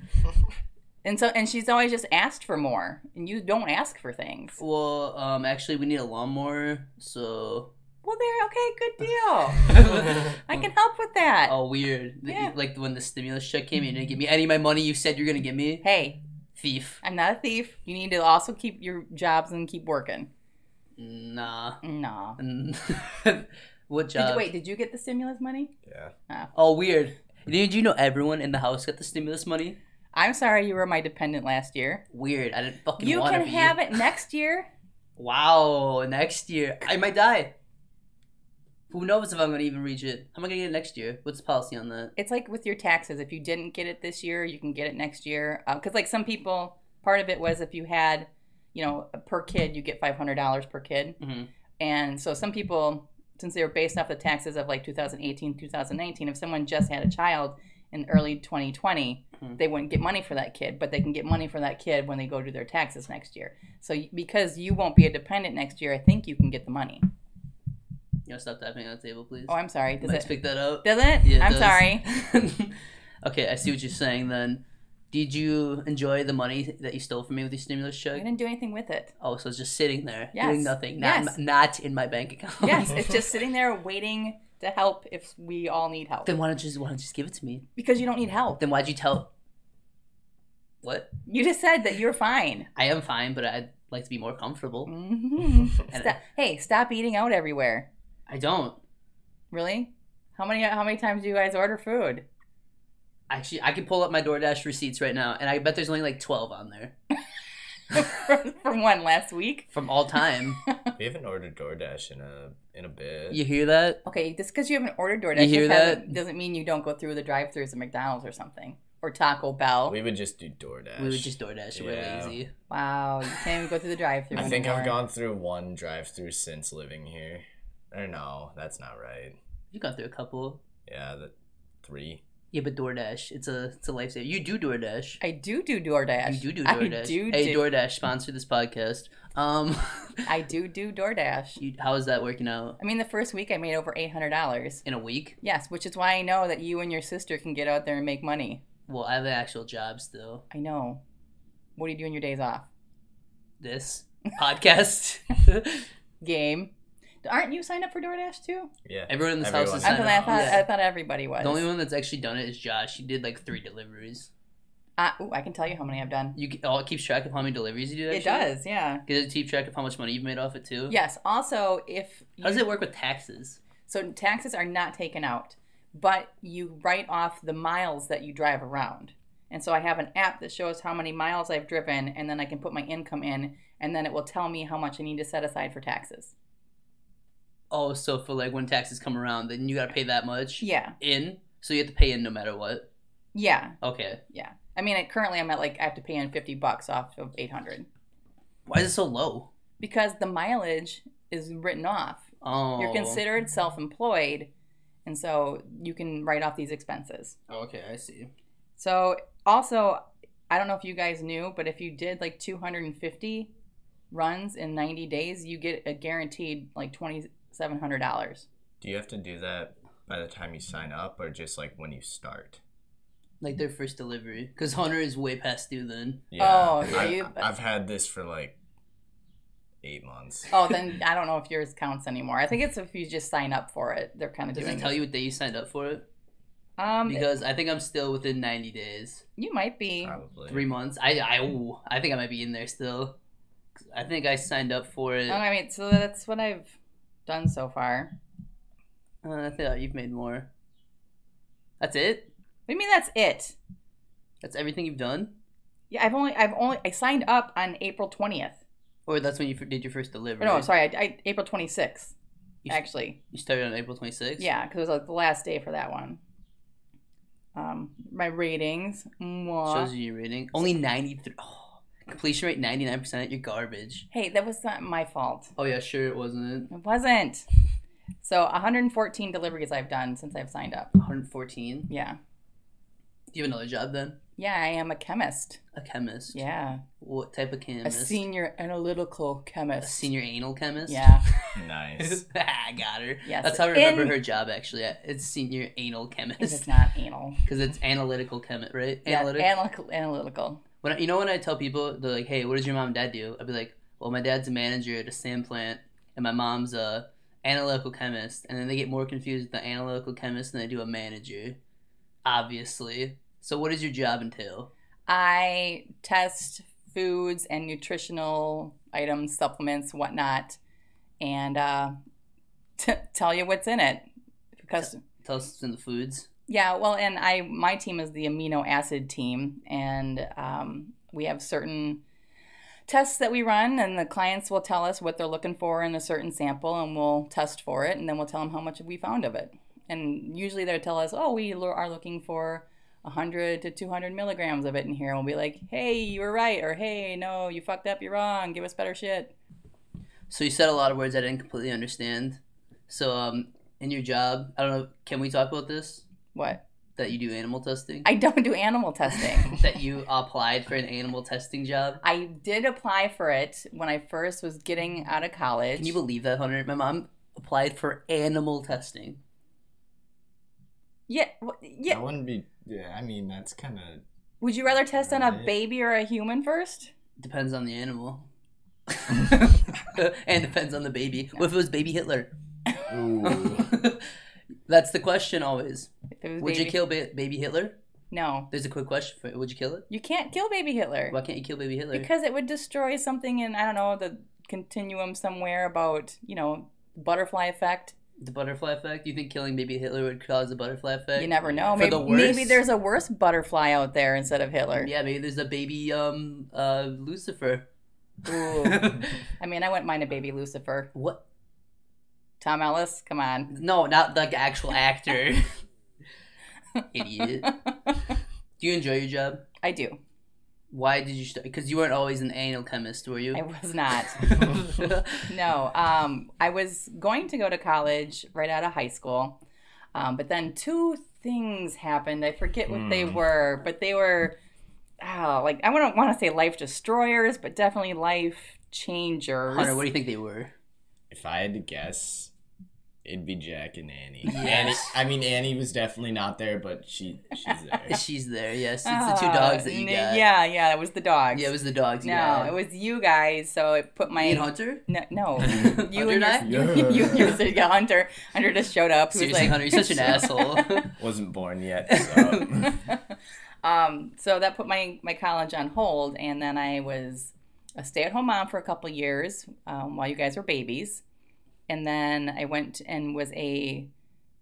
Speaker 2: and so and she's always just asked for more, and you don't ask for things.
Speaker 1: Well, um, actually, we need a lawnmower, so
Speaker 2: Well, there, okay, good deal. I can help with that.
Speaker 1: Oh, weird. Th-
Speaker 2: Yeah. Mm-hmm.
Speaker 1: Like when the stimulus check came, you didn't give me any of my money you said you're gonna give me.
Speaker 2: Hey,
Speaker 1: Thief.
Speaker 2: I'm not a thief. You need to also keep your jobs and keep working.
Speaker 1: Nah.
Speaker 2: No.
Speaker 1: Mm. what
Speaker 2: Did
Speaker 1: job?
Speaker 2: you, wait, did you get the stimulus money?
Speaker 3: yeah.
Speaker 1: Oh, weird. Did you know everyone in the house got the stimulus money?
Speaker 2: I'm sorry you were my dependent last year.
Speaker 1: Weird. I didn't fucking
Speaker 2: You
Speaker 1: want
Speaker 2: can
Speaker 1: to be.
Speaker 2: have it next year.
Speaker 1: Wow. Next year, I might die. Who knows if I'm gonna even reach it? How am I gonna get it next year? What's the policy on that?
Speaker 2: It's like with your taxes. If you didn't get it this year, you can get it next year. Because like some people, part of it was if you had, you know, per kid, you get five hundred dollars per kid.
Speaker 1: Mhm.
Speaker 2: And so some people, since they were based off the taxes of like 2018, 2019, if someone just had a child in early 2020,
Speaker 1: Mhm.
Speaker 2: they wouldn't get money for that kid, but they can get money for that kid when they go do their taxes next year. So y- because you won't be a dependent next year, I think you can get the money.
Speaker 1: You know, stop tapping on the table, please.
Speaker 2: Oh, I'm sorry. Does
Speaker 1: Let's
Speaker 2: it?
Speaker 1: pick that up.
Speaker 2: Does it?
Speaker 1: Yeah, it
Speaker 2: I'm
Speaker 1: does.
Speaker 2: sorry.
Speaker 1: okay, I see what you're saying then. Did you enjoy the money that you stole from me with your stimulus
Speaker 2: I
Speaker 1: check?
Speaker 2: didn't do anything with it.
Speaker 1: Oh, so it's just sitting there
Speaker 2: Yes.
Speaker 1: doing nothing, not,
Speaker 2: Yes.
Speaker 1: not in my bank account.
Speaker 2: Yes, it's just sitting there waiting to help if we all need help.
Speaker 1: then why don't you just why don't you just give it to me?
Speaker 2: Because you don't need help.
Speaker 1: Then why'd you tell? What?
Speaker 2: You just said that you're fine.
Speaker 1: I am fine, but I'd like to be more comfortable.
Speaker 2: Mhm.
Speaker 1: And
Speaker 2: Stop- hey, stop eating out everywhere.
Speaker 1: I don't
Speaker 2: Really? How many how many times do you guys order food?
Speaker 1: actually. I can pull up my DoorDash receipts right now, and I bet there's only like twelve on there
Speaker 2: from, from one last week?
Speaker 1: from all time.
Speaker 3: We haven't ordered DoorDash in a in a bit.
Speaker 1: you hear that?
Speaker 2: Okay, just because you haven't ordered DoorDash
Speaker 1: You hear
Speaker 2: hasn't-
Speaker 1: that?
Speaker 2: doesn't mean you don't go through the drive-throughs at McDonald's or something or Taco Bell.
Speaker 3: We would just do DoorDash.
Speaker 1: We would just DoorDash.
Speaker 3: Yeah.
Speaker 1: We're lazy.
Speaker 2: wow, you can't even go through the drive-through.
Speaker 3: I think I've
Speaker 2: anymore.
Speaker 3: gone through one drive-through since living here. Or no, that's not right.
Speaker 1: You gone through a couple.
Speaker 3: Yeah, the three.
Speaker 1: Yeah, but DoorDash, it's a it's a lifesaver. You do DoorDash.
Speaker 2: I do do DoorDash.
Speaker 1: You do do
Speaker 2: I
Speaker 1: DoorDash.
Speaker 2: do
Speaker 1: hey,
Speaker 2: do.
Speaker 1: DoorDash, sponsor this podcast. Um,
Speaker 2: I do do DoorDash.
Speaker 1: you, how is that working out
Speaker 2: I mean, the first week I made over eight hundred dollars.
Speaker 1: in a week?
Speaker 2: Yes, which is why I know that you and your sister can get out there and make money.
Speaker 1: Well, I have an actual job still.
Speaker 2: I know. What do you do on your days off?
Speaker 1: This podcast.
Speaker 2: Game. Aren't you signed up for DoorDash too?
Speaker 3: Yeah.
Speaker 1: Everyone in this house
Speaker 3: Everyone.
Speaker 1: is
Speaker 2: I
Speaker 1: signed
Speaker 2: thought,
Speaker 1: up.
Speaker 2: I, thought,
Speaker 1: Yeah.
Speaker 2: I thought everybody was.
Speaker 1: The only one that's actually done it is Josh. He did like three deliveries.
Speaker 2: Uh, ooh, I can tell you how many I've done.
Speaker 1: You oh, it keeps track of how many deliveries you did.
Speaker 2: It does, yeah.
Speaker 1: Does it keep track of how much money you've made off it too?
Speaker 2: Yes. Also, if you,
Speaker 1: How does it work with taxes?
Speaker 2: so, taxes are not taken out, but you write off the miles that you drive around. And so I have an app that shows how many miles I've driven, and then I can put my income in, and then it will tell me how much I need to set aside for taxes.
Speaker 1: Oh, so for like when taxes come around, then you gotta pay that much
Speaker 2: Yeah,
Speaker 1: in. So you have to pay in no matter what.
Speaker 2: yeah.
Speaker 1: Okay.
Speaker 2: I mean, I, currently I'm at like I have to pay in fifty bucks off of eight hundred
Speaker 1: Why is it so low?
Speaker 2: because the mileage is written off.
Speaker 1: Oh,
Speaker 2: You're considered self-employed, and so you can write off these expenses.
Speaker 1: Okay, I see.
Speaker 2: So also, I don't know if you guys knew, but if you did like two hundred and fifty runs in ninety days, you get a guaranteed like twenty seven hundred dollars.
Speaker 3: Do you have to do that by the time you sign up or just like when you start?
Speaker 1: Like their first delivery, because Hunter is way past due. Then
Speaker 2: Oh, so
Speaker 3: I,
Speaker 2: you-
Speaker 3: I've had this for like eight months.
Speaker 2: Oh, then I don't know if yours counts anymore. I think it's if you just sign up for it. They're kind of
Speaker 1: does
Speaker 2: doing.
Speaker 1: it tell
Speaker 2: this.
Speaker 1: you what day you signed up for it?
Speaker 2: Um,
Speaker 1: Because I think I'm still within 90 days,
Speaker 2: you might be. Um,
Speaker 3: Probably.
Speaker 1: three months. I I ooh, I think I might be in there still. I think I signed up for it.
Speaker 2: Oh, I mean, so that's what I've done so far.
Speaker 1: Uh, I thought you've made more. That's it.
Speaker 2: What do you mean that's it?
Speaker 1: That's everything you've done,
Speaker 2: Yeah, I've only, I've only, I signed up on April twentieth.
Speaker 1: or that's when you f- did your first delivery.
Speaker 2: Or No, sorry, I, I April twenty sixth.
Speaker 1: You s-
Speaker 2: Actually,
Speaker 1: You started on April 26th.
Speaker 2: yeah, because it was like the last day for that one. Um, my ratings. Mwah.
Speaker 1: Shows you your rating. Only 93. Oh, completion rate 99%. You're garbage.
Speaker 2: Hey, that was not my fault.
Speaker 1: Oh yeah, sure it wasn't.
Speaker 2: It wasn't. So 114 deliveries I've done since I've signed up.
Speaker 1: 114.
Speaker 2: Yeah.
Speaker 1: Do you have another job then?
Speaker 2: Yeah, I am a chemist.
Speaker 1: A chemist.
Speaker 2: Yeah.
Speaker 1: What type of
Speaker 2: A
Speaker 1: chemist?
Speaker 2: senior analytical
Speaker 1: A
Speaker 2: chemist.
Speaker 1: senior anal chemist.
Speaker 2: Yeah.
Speaker 3: Nice.
Speaker 1: I got her.
Speaker 2: Yes,
Speaker 1: That's how I remember
Speaker 2: in-
Speaker 1: her job actually. It's senior anal
Speaker 2: This is
Speaker 1: chemist
Speaker 2: not anal.
Speaker 1: because it's analytical chemist, right?
Speaker 2: Yeah,
Speaker 1: Analytic.
Speaker 2: analytical. Analytical.
Speaker 1: when I, you know when I tell people they're like, "Hey, what does your mom and dad do?" I'd be like, "Well, my dad's a manager at a sand plant, and my mom's a analytical chemist." And then they get more confused with the analytical chemist than they do a manager, obviously. So, what does your job entail?
Speaker 2: I test foods and nutritional items, supplements, whatnot, and uh, t- tell you what's in it. Because
Speaker 1: Tell us in the foods.
Speaker 2: yeah, well, and I my team is the amino acid team, and um, we have certain tests that we run, and the clients will tell us what they're looking for in a certain sample, and we'll test for it, and then we'll tell them how much we found of it. And usually they'll tell us, oh, we lo- are looking for 100 to 200 milligrams of it in here. And we'll be like, hey, you were right, or hey, no, you fucked up, you're wrong, give us better shit.
Speaker 1: So you said a lot of words I didn't completely understand. So, um, in your job, I don't know. Can we talk about this?
Speaker 2: What?
Speaker 1: That you do animal testing.
Speaker 2: I don't do animal testing.
Speaker 1: that you applied for an animal testing job.
Speaker 2: I did apply for it when I first was getting out of college.
Speaker 1: Can you believe that, Hunter? My mom applied for animal testing.
Speaker 2: yeah, wh- yeah.
Speaker 3: I wouldn't be. Yeah, I mean that's kind of.
Speaker 2: Would you rather test on a
Speaker 3: Right.
Speaker 2: baby or a human first?
Speaker 1: Depends on the animal. and depends on the baby. What if it was baby Hitler?
Speaker 3: Ooh.
Speaker 1: That's the question always.
Speaker 2: If it was
Speaker 1: Would you
Speaker 2: baby-
Speaker 1: kill ba- baby Hitler?
Speaker 2: No,
Speaker 1: There's a quick question for it. Would you kill it?
Speaker 2: you can't kill baby Hitler
Speaker 1: Why can't you kill baby Hitler?
Speaker 2: because it would destroy something in I don't know the continuum somewhere about you know butterfly effect.
Speaker 1: the butterfly effect? You think killing baby Hitler would cause the butterfly effect?
Speaker 2: You never know.
Speaker 1: For
Speaker 2: Maybe,
Speaker 1: the
Speaker 2: maybe
Speaker 1: worse-
Speaker 2: there's a worse butterfly out there instead of Hitler.
Speaker 1: Yeah, maybe there's a baby um uh Lucifer.
Speaker 2: Ooh. I mean, I wouldn't mind a baby Lucifer.
Speaker 1: what?
Speaker 2: Tom Ellis, come on.
Speaker 1: No, not the actual actor. Idiot. Do you enjoy your job?
Speaker 2: I do.
Speaker 1: Why did you start? Because you weren't always an anal chemist, were you?
Speaker 2: I was not. No, um, I was going to go to college right out of high school, um, but then two things happened. I forget what they
Speaker 3: Hmm.
Speaker 2: were, but they were oh, like I wouldn't want to say life destroyers, but definitely life changers.
Speaker 1: Hunter, what do you think they were?
Speaker 3: if I had to guess, it'd be Jack and Annie.
Speaker 1: Yes.
Speaker 3: Annie. I mean, Annie was definitely not there, but she she's there.
Speaker 1: She's there. Yes, it's the two
Speaker 2: Ah,
Speaker 1: dogs that you
Speaker 2: n-
Speaker 1: got.
Speaker 2: Yeah, yeah, it was the dogs.
Speaker 1: yeah, it was the dogs. You
Speaker 2: no,
Speaker 1: got.
Speaker 2: it was you guys. So it put my
Speaker 1: me and Hunter.
Speaker 2: No, no. you
Speaker 1: Hunter
Speaker 2: and
Speaker 1: and I?
Speaker 2: your, you, you,
Speaker 3: Yeah.
Speaker 2: you, yeah, Hunter. Hunter just showed up. He was
Speaker 1: Seriously,
Speaker 2: like,
Speaker 1: Hunter, you're such an asshole.
Speaker 3: Wasn't born yet. So.
Speaker 2: um, so that put my, my college on hold, and then I was a stay at home mom for a couple years um, while you guys were babies, and then I went and was a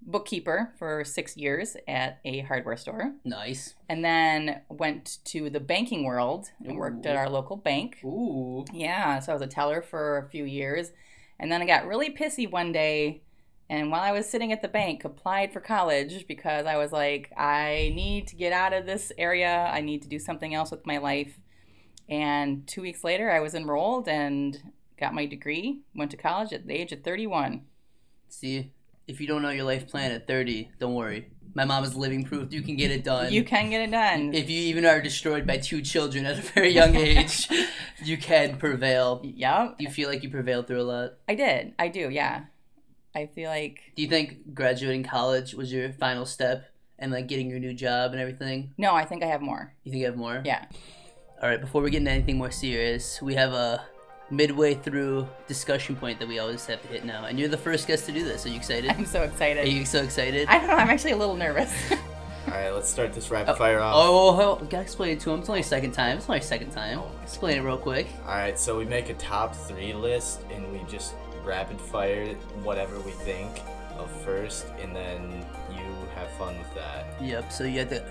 Speaker 2: bookkeeper for six years at a hardware store,
Speaker 1: nice.
Speaker 2: and then went to the banking world and worked at
Speaker 1: Ooh.
Speaker 2: our local bank.
Speaker 1: Ooh.
Speaker 2: Yeah, so I was a teller for a few years, and then I got really pissy one day. And while I was sitting at the bank, applied for college because I was like, I need to get out of this area. I need to do something else with my life. And two weeks later, I was enrolled and got my degree. Went to college at the age of 31.
Speaker 1: See, if you don't know your life plan at 30, don't worry. My mom is living proof. You can get it done.
Speaker 2: You can get it done.
Speaker 1: If you even are destroyed by two children at a very young age, you can prevail.
Speaker 2: Yep,
Speaker 1: Do you feel like you prevailed through a lot?
Speaker 2: I did. I do. Yeah, I feel like
Speaker 1: Do you think graduating college was your final step and like getting your new job and everything?
Speaker 2: no. I think I have more.
Speaker 1: You think you have more?
Speaker 2: Yeah.
Speaker 1: All right, before we get into anything more serious, we have a midway through discussion point that we always have to hit now. And you're the first guest to do this. Are you excited?
Speaker 2: I'm so
Speaker 1: Are
Speaker 2: excited.
Speaker 1: you so excited?
Speaker 2: I don't know. I'm actually a little nervous.
Speaker 3: All right, let's start this rapid fire off.
Speaker 1: Oh, oh, oh, gotta explain it to him. It's only second time. It's only second time. Explain it real quick.
Speaker 3: All right, so we make a top three list and we just rapid fire whatever we think of first, and then you have fun with that.
Speaker 1: Yep. So you have to.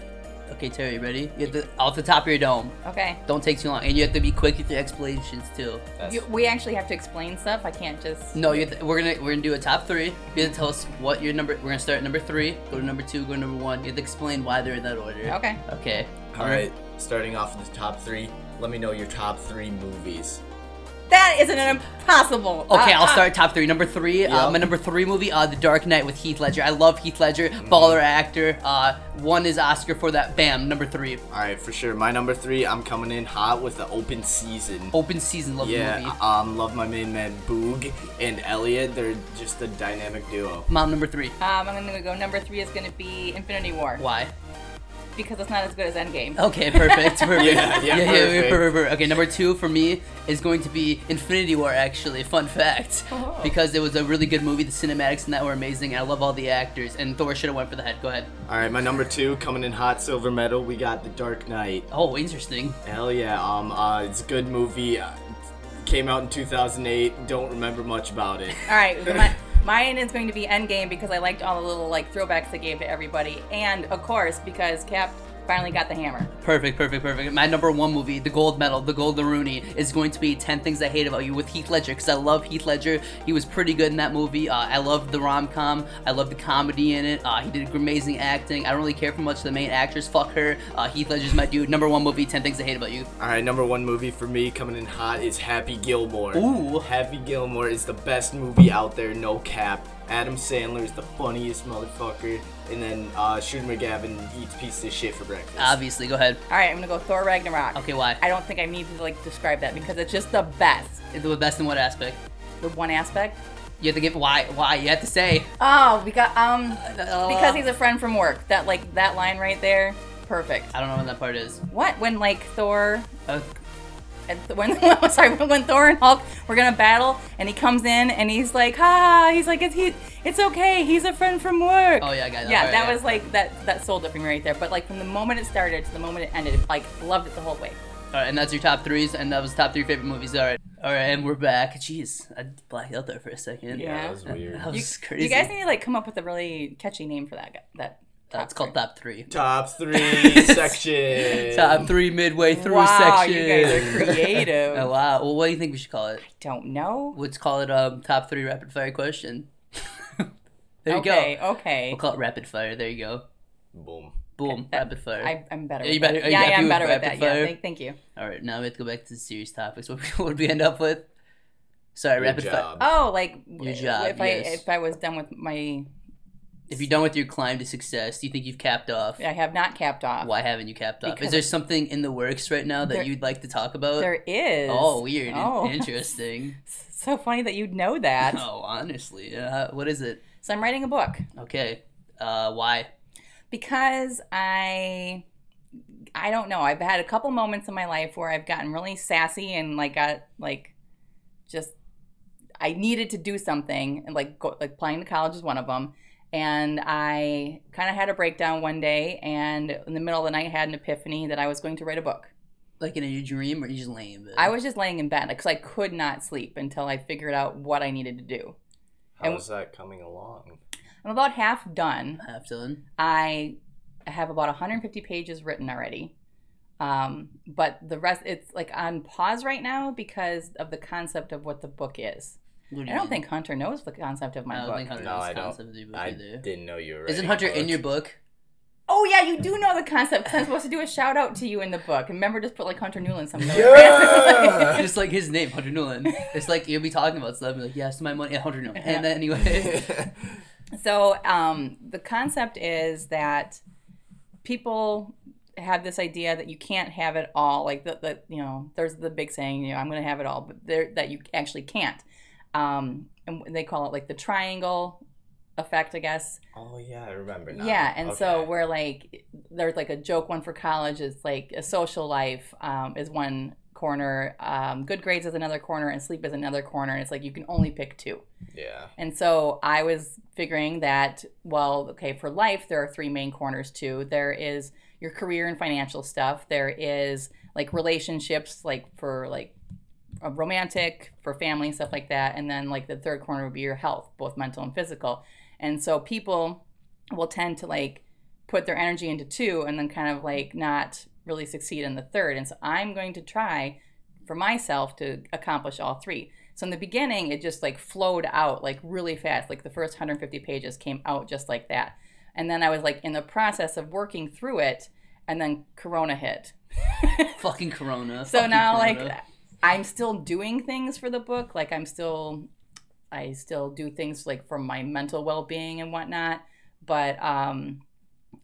Speaker 1: Okay, Terry, you ready? You have to off the top of your dome.
Speaker 2: okay.
Speaker 1: Don't take too long, and you have to be quick with your explanations too.
Speaker 3: That's
Speaker 2: You, we actually have to explain stuff. I can't just.
Speaker 1: No, you have to, we're gonna we're gonna do a top three. You have to tell us what your number. We're gonna start at number three, go to number two, go to number one. You have to explain why they're in that order.
Speaker 2: Okay.
Speaker 1: Okay.
Speaker 3: all right. Starting off with the top three, let me know your top three movies.
Speaker 2: That isn't an impossible.
Speaker 1: Okay,
Speaker 2: Uh,
Speaker 1: I'll
Speaker 2: uh,
Speaker 1: start top three. Number three, uh,
Speaker 3: Yep.
Speaker 1: my number three movie, uh, The Dark Knight with Heath Ledger. I love Heath Ledger, baller actor. Uh, one is Oscar for that. Bam, number three.
Speaker 3: All right, for sure. My number three, I'm coming in hot with the open season.
Speaker 1: Open season, love the
Speaker 3: yeah,
Speaker 1: movie.
Speaker 3: um, love my main man Boog and Elliot. They're just a dynamic duo.
Speaker 1: Mom, number three.
Speaker 2: Um, I'm gonna go. Number three is gonna be Infinity War
Speaker 1: Why?
Speaker 2: because it's not as good as Endgame.
Speaker 1: Okay, perfect. perfect.
Speaker 3: Yeah, yeah, perfect.
Speaker 1: perfect. Okay, number two for me is going to be Infinity War. Actually, fun fact,
Speaker 2: Oh.
Speaker 1: because it was a really good movie. The cinematics in that were amazing, and I love all the actors. And Thor should have went for the head. Go ahead.
Speaker 3: All right, my number two, coming in hot silver medal. We got the Dark Knight.
Speaker 1: Oh, interesting.
Speaker 3: Hell yeah. Um, uh, it's a good movie. Uh, came out in 2008. Don't remember much about it.
Speaker 2: All right, my, mine is going to be Endgame because I liked all the little like throwbacks they gave to everybody, and of course because Cap finally got the hammer.
Speaker 1: Perfect, perfect, perfect. My number one movie, the gold medal, the gold Rooney, is going to be 10 Things I Hate About You with Heath Ledger because I love Heath Ledger. He was pretty good in that movie. Uh, I loved the rom com. I loved the comedy in it. Uh, he did amazing acting. I don't really care for much of the main actress. Fuck her. Uh, Heath Ledger's my dude. Number one movie, 10 Things I Hate About You.
Speaker 3: All right, number one movie for me coming in hot is Happy Gilmore.
Speaker 1: Ooh.
Speaker 3: Happy Gilmore is the best movie out there, no cap. Adam Sandler is the funniest motherfucker, and then uh, Shooter McGavin eats pieces of shit for breakfast.
Speaker 1: Obviously, go ahead.
Speaker 2: All right, I'm gonna go Thor Ragnarok.
Speaker 1: Okay, why?
Speaker 2: I don't think I need to like describe that because it's just the best.
Speaker 1: The best in what aspect?
Speaker 2: The one aspect.
Speaker 1: You have to give why, why. You have to say.
Speaker 2: Oh, we got um
Speaker 1: Uh,
Speaker 2: because he's a friend from work. That like that line right there, perfect.
Speaker 1: I don't know what that part is.
Speaker 2: What when like Thor
Speaker 1: Uh,
Speaker 2: and th- when I'm sorry when Thor and Hulk were gonna battle and he comes in and he's like ha he's like it's he it's okay he's a friend from work.
Speaker 1: oh, yeah, I got that.
Speaker 2: Yeah,
Speaker 1: part,
Speaker 2: that was like that that soul dipping right there. But like from the moment it started to the moment it ended, like loved it the whole way.
Speaker 1: All right, and that's your top threes, and that was top three favorite movies. All right, all right, and we're back. Jeez, I blacked out there for a second.
Speaker 3: yeah,
Speaker 2: yeah.
Speaker 3: that was weird.
Speaker 1: that
Speaker 2: You,
Speaker 1: was crazy.
Speaker 2: you guys need to like come up with a really catchy name for that. gu- That
Speaker 1: that's
Speaker 2: top
Speaker 1: called
Speaker 2: three.
Speaker 1: top three.
Speaker 3: Top three section.
Speaker 1: Top three midway through
Speaker 2: wow,
Speaker 1: section.
Speaker 2: you guys are creative.
Speaker 1: Oh, wow. Well, what do you think we should call it?
Speaker 2: Don't know.
Speaker 1: Let's call it um top three rapid fire question. there you
Speaker 2: okay,
Speaker 1: go.
Speaker 2: okay.
Speaker 1: We'll call it rapid fire. There you go.
Speaker 3: Boom.
Speaker 1: Boom. Rapid fire.
Speaker 2: I, I'm better.
Speaker 1: Are
Speaker 2: With
Speaker 1: you
Speaker 2: that.
Speaker 1: better- are you
Speaker 2: yeah,
Speaker 1: happy
Speaker 2: I'm
Speaker 1: with
Speaker 2: better with
Speaker 1: rapid
Speaker 2: that. Yeah,
Speaker 1: fire?
Speaker 2: thank, thank you.
Speaker 1: All right, now we have to go back to the serious topics. What would we end up with? Sorry,
Speaker 3: Good
Speaker 1: rapid fire.
Speaker 3: job.
Speaker 2: Oh, like
Speaker 1: Your job,
Speaker 2: if I
Speaker 1: yes.
Speaker 2: if I was done with my,
Speaker 1: If you're done with your climb to success, do you think you've capped off?
Speaker 2: I have not capped off.
Speaker 1: Why haven't you capped off? Is
Speaker 2: Because-
Speaker 1: there something in the works right now that
Speaker 2: There-
Speaker 1: you'd like to talk about?
Speaker 2: There is.
Speaker 1: Oh, weird.
Speaker 2: Oh.
Speaker 1: Interesting.
Speaker 2: So funny that you'd know that.
Speaker 1: oh, honestly. Uh, what is it?
Speaker 2: So I'm writing a book.
Speaker 1: Okay. Uh, why?
Speaker 2: because I I don't know. I've had a couple moments in my life where I've gotten really sassy and like got like just I needed to do something and like go, like applying to college is one of them. And I kind of had a breakdown one day, and in the middle of the night, had an epiphany that I was going to write a book.
Speaker 1: Like in a dream or you just laying in bed?
Speaker 2: I was just laying in bed because I could not sleep until I figured out what I needed to do. and-
Speaker 3: How's that coming along?
Speaker 2: I'm about half done.
Speaker 1: half done.
Speaker 2: I have about 150 pages written already. Um, but the rest, it's like on pause right now because of the concept of what the book is.
Speaker 1: What do
Speaker 2: I
Speaker 1: you
Speaker 2: don't
Speaker 1: mean?
Speaker 2: think Hunter knows the concept of
Speaker 1: I
Speaker 2: my
Speaker 1: don't think
Speaker 2: book.
Speaker 1: Hunter
Speaker 3: No,
Speaker 1: knows
Speaker 3: I don't.
Speaker 1: concept of the book
Speaker 3: I
Speaker 1: either.
Speaker 3: didn't know you were.
Speaker 1: Isn't
Speaker 3: writing
Speaker 1: Hunter
Speaker 3: a
Speaker 1: in
Speaker 3: book.
Speaker 1: your book?
Speaker 2: Oh, yeah, you do know the concept 'cause I'm supposed to do a shout out to you in the book. And remember, just put like Hunter Newland somewhere.
Speaker 3: Yeah!
Speaker 1: just like his name, Hunter Nolan. It's like you'll be talking about stuff. And like, yes, my money, yeah, Hunter Nolan. And then anyway,
Speaker 2: So um, the concept is that people have this idea that you can't have it all. Like the, the you know, there's the big saying, you know, I'm going to have it all, but there that you actually can't. Um, and they call it like the triangle effect, I guess.
Speaker 3: oh yeah, I remember now.
Speaker 2: Yeah, and so
Speaker 3: uh, Okay.
Speaker 2: we're like, there's like a joke one for college is like a social life um, is one corner, um, good grades is another corner, and sleep is another corner. And it's like you can only pick two.
Speaker 3: Yeah.
Speaker 2: And so I was figuring that, well, okay, for life, there are three main corners too. There is your career and financial stuff, there is like relationships, like for like a romantic, for family and stuff like that. And then like the third corner would be your health, both mental and physical. And so people will tend to like put their energy into two and then kind of like not really succeed in the third. And so I'm going to try for myself to accomplish all three. So in the beginning, it just like flowed out like really fast. Like the first 150 pages came out just like that. And then I was like in the process of working through it, and then Corona hit.
Speaker 1: fucking Corona.
Speaker 2: So
Speaker 1: fucking
Speaker 2: now,
Speaker 1: corona.
Speaker 2: like, I'm still doing things for the book. Like I'm still, I still do things like for my mental well being and whatnot. But um,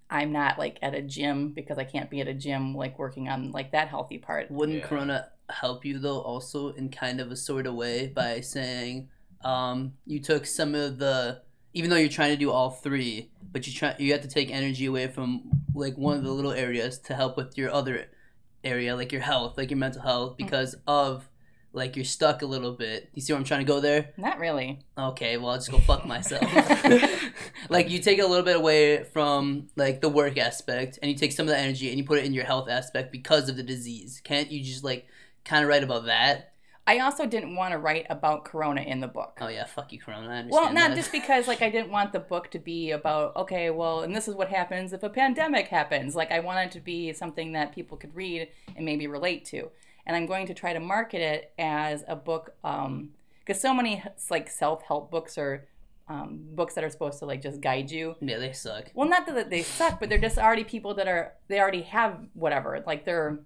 Speaker 2: I'm not like at a gym because I can't be at a gym like working on like that healthy part.
Speaker 1: Wouldn't
Speaker 3: Yeah.
Speaker 1: Corona help you though, also in kind of a sort of way, by saying um, you took some of the, even though you're trying to do all three, but you try you have to take energy away from like one of the little areas to help with your other area, like your health, like your mental health, because of like you're stuck a little bit. You see where I'm trying to go there?
Speaker 2: Not really.
Speaker 1: Okay, well I'll just go fuck myself. like you take a little bit away from like the work aspect and you take some of the energy and you put it in your health aspect because of the disease can't you just like kind of write about that
Speaker 2: I also didn't want to write about corona in the book.
Speaker 1: oh yeah fuck you corona I understand
Speaker 2: Well, not
Speaker 1: that.
Speaker 2: just because like I didn't want the book to be about okay, well, and this is what happens if a pandemic happens. Like I wanted to be something that people could read and maybe relate to. And I'm going to try to market it as a book um because so many like self-help books are um, books that are supposed to like just guide you
Speaker 1: yeah they suck
Speaker 2: well not that they suck but they're just already people that are they already have whatever like they're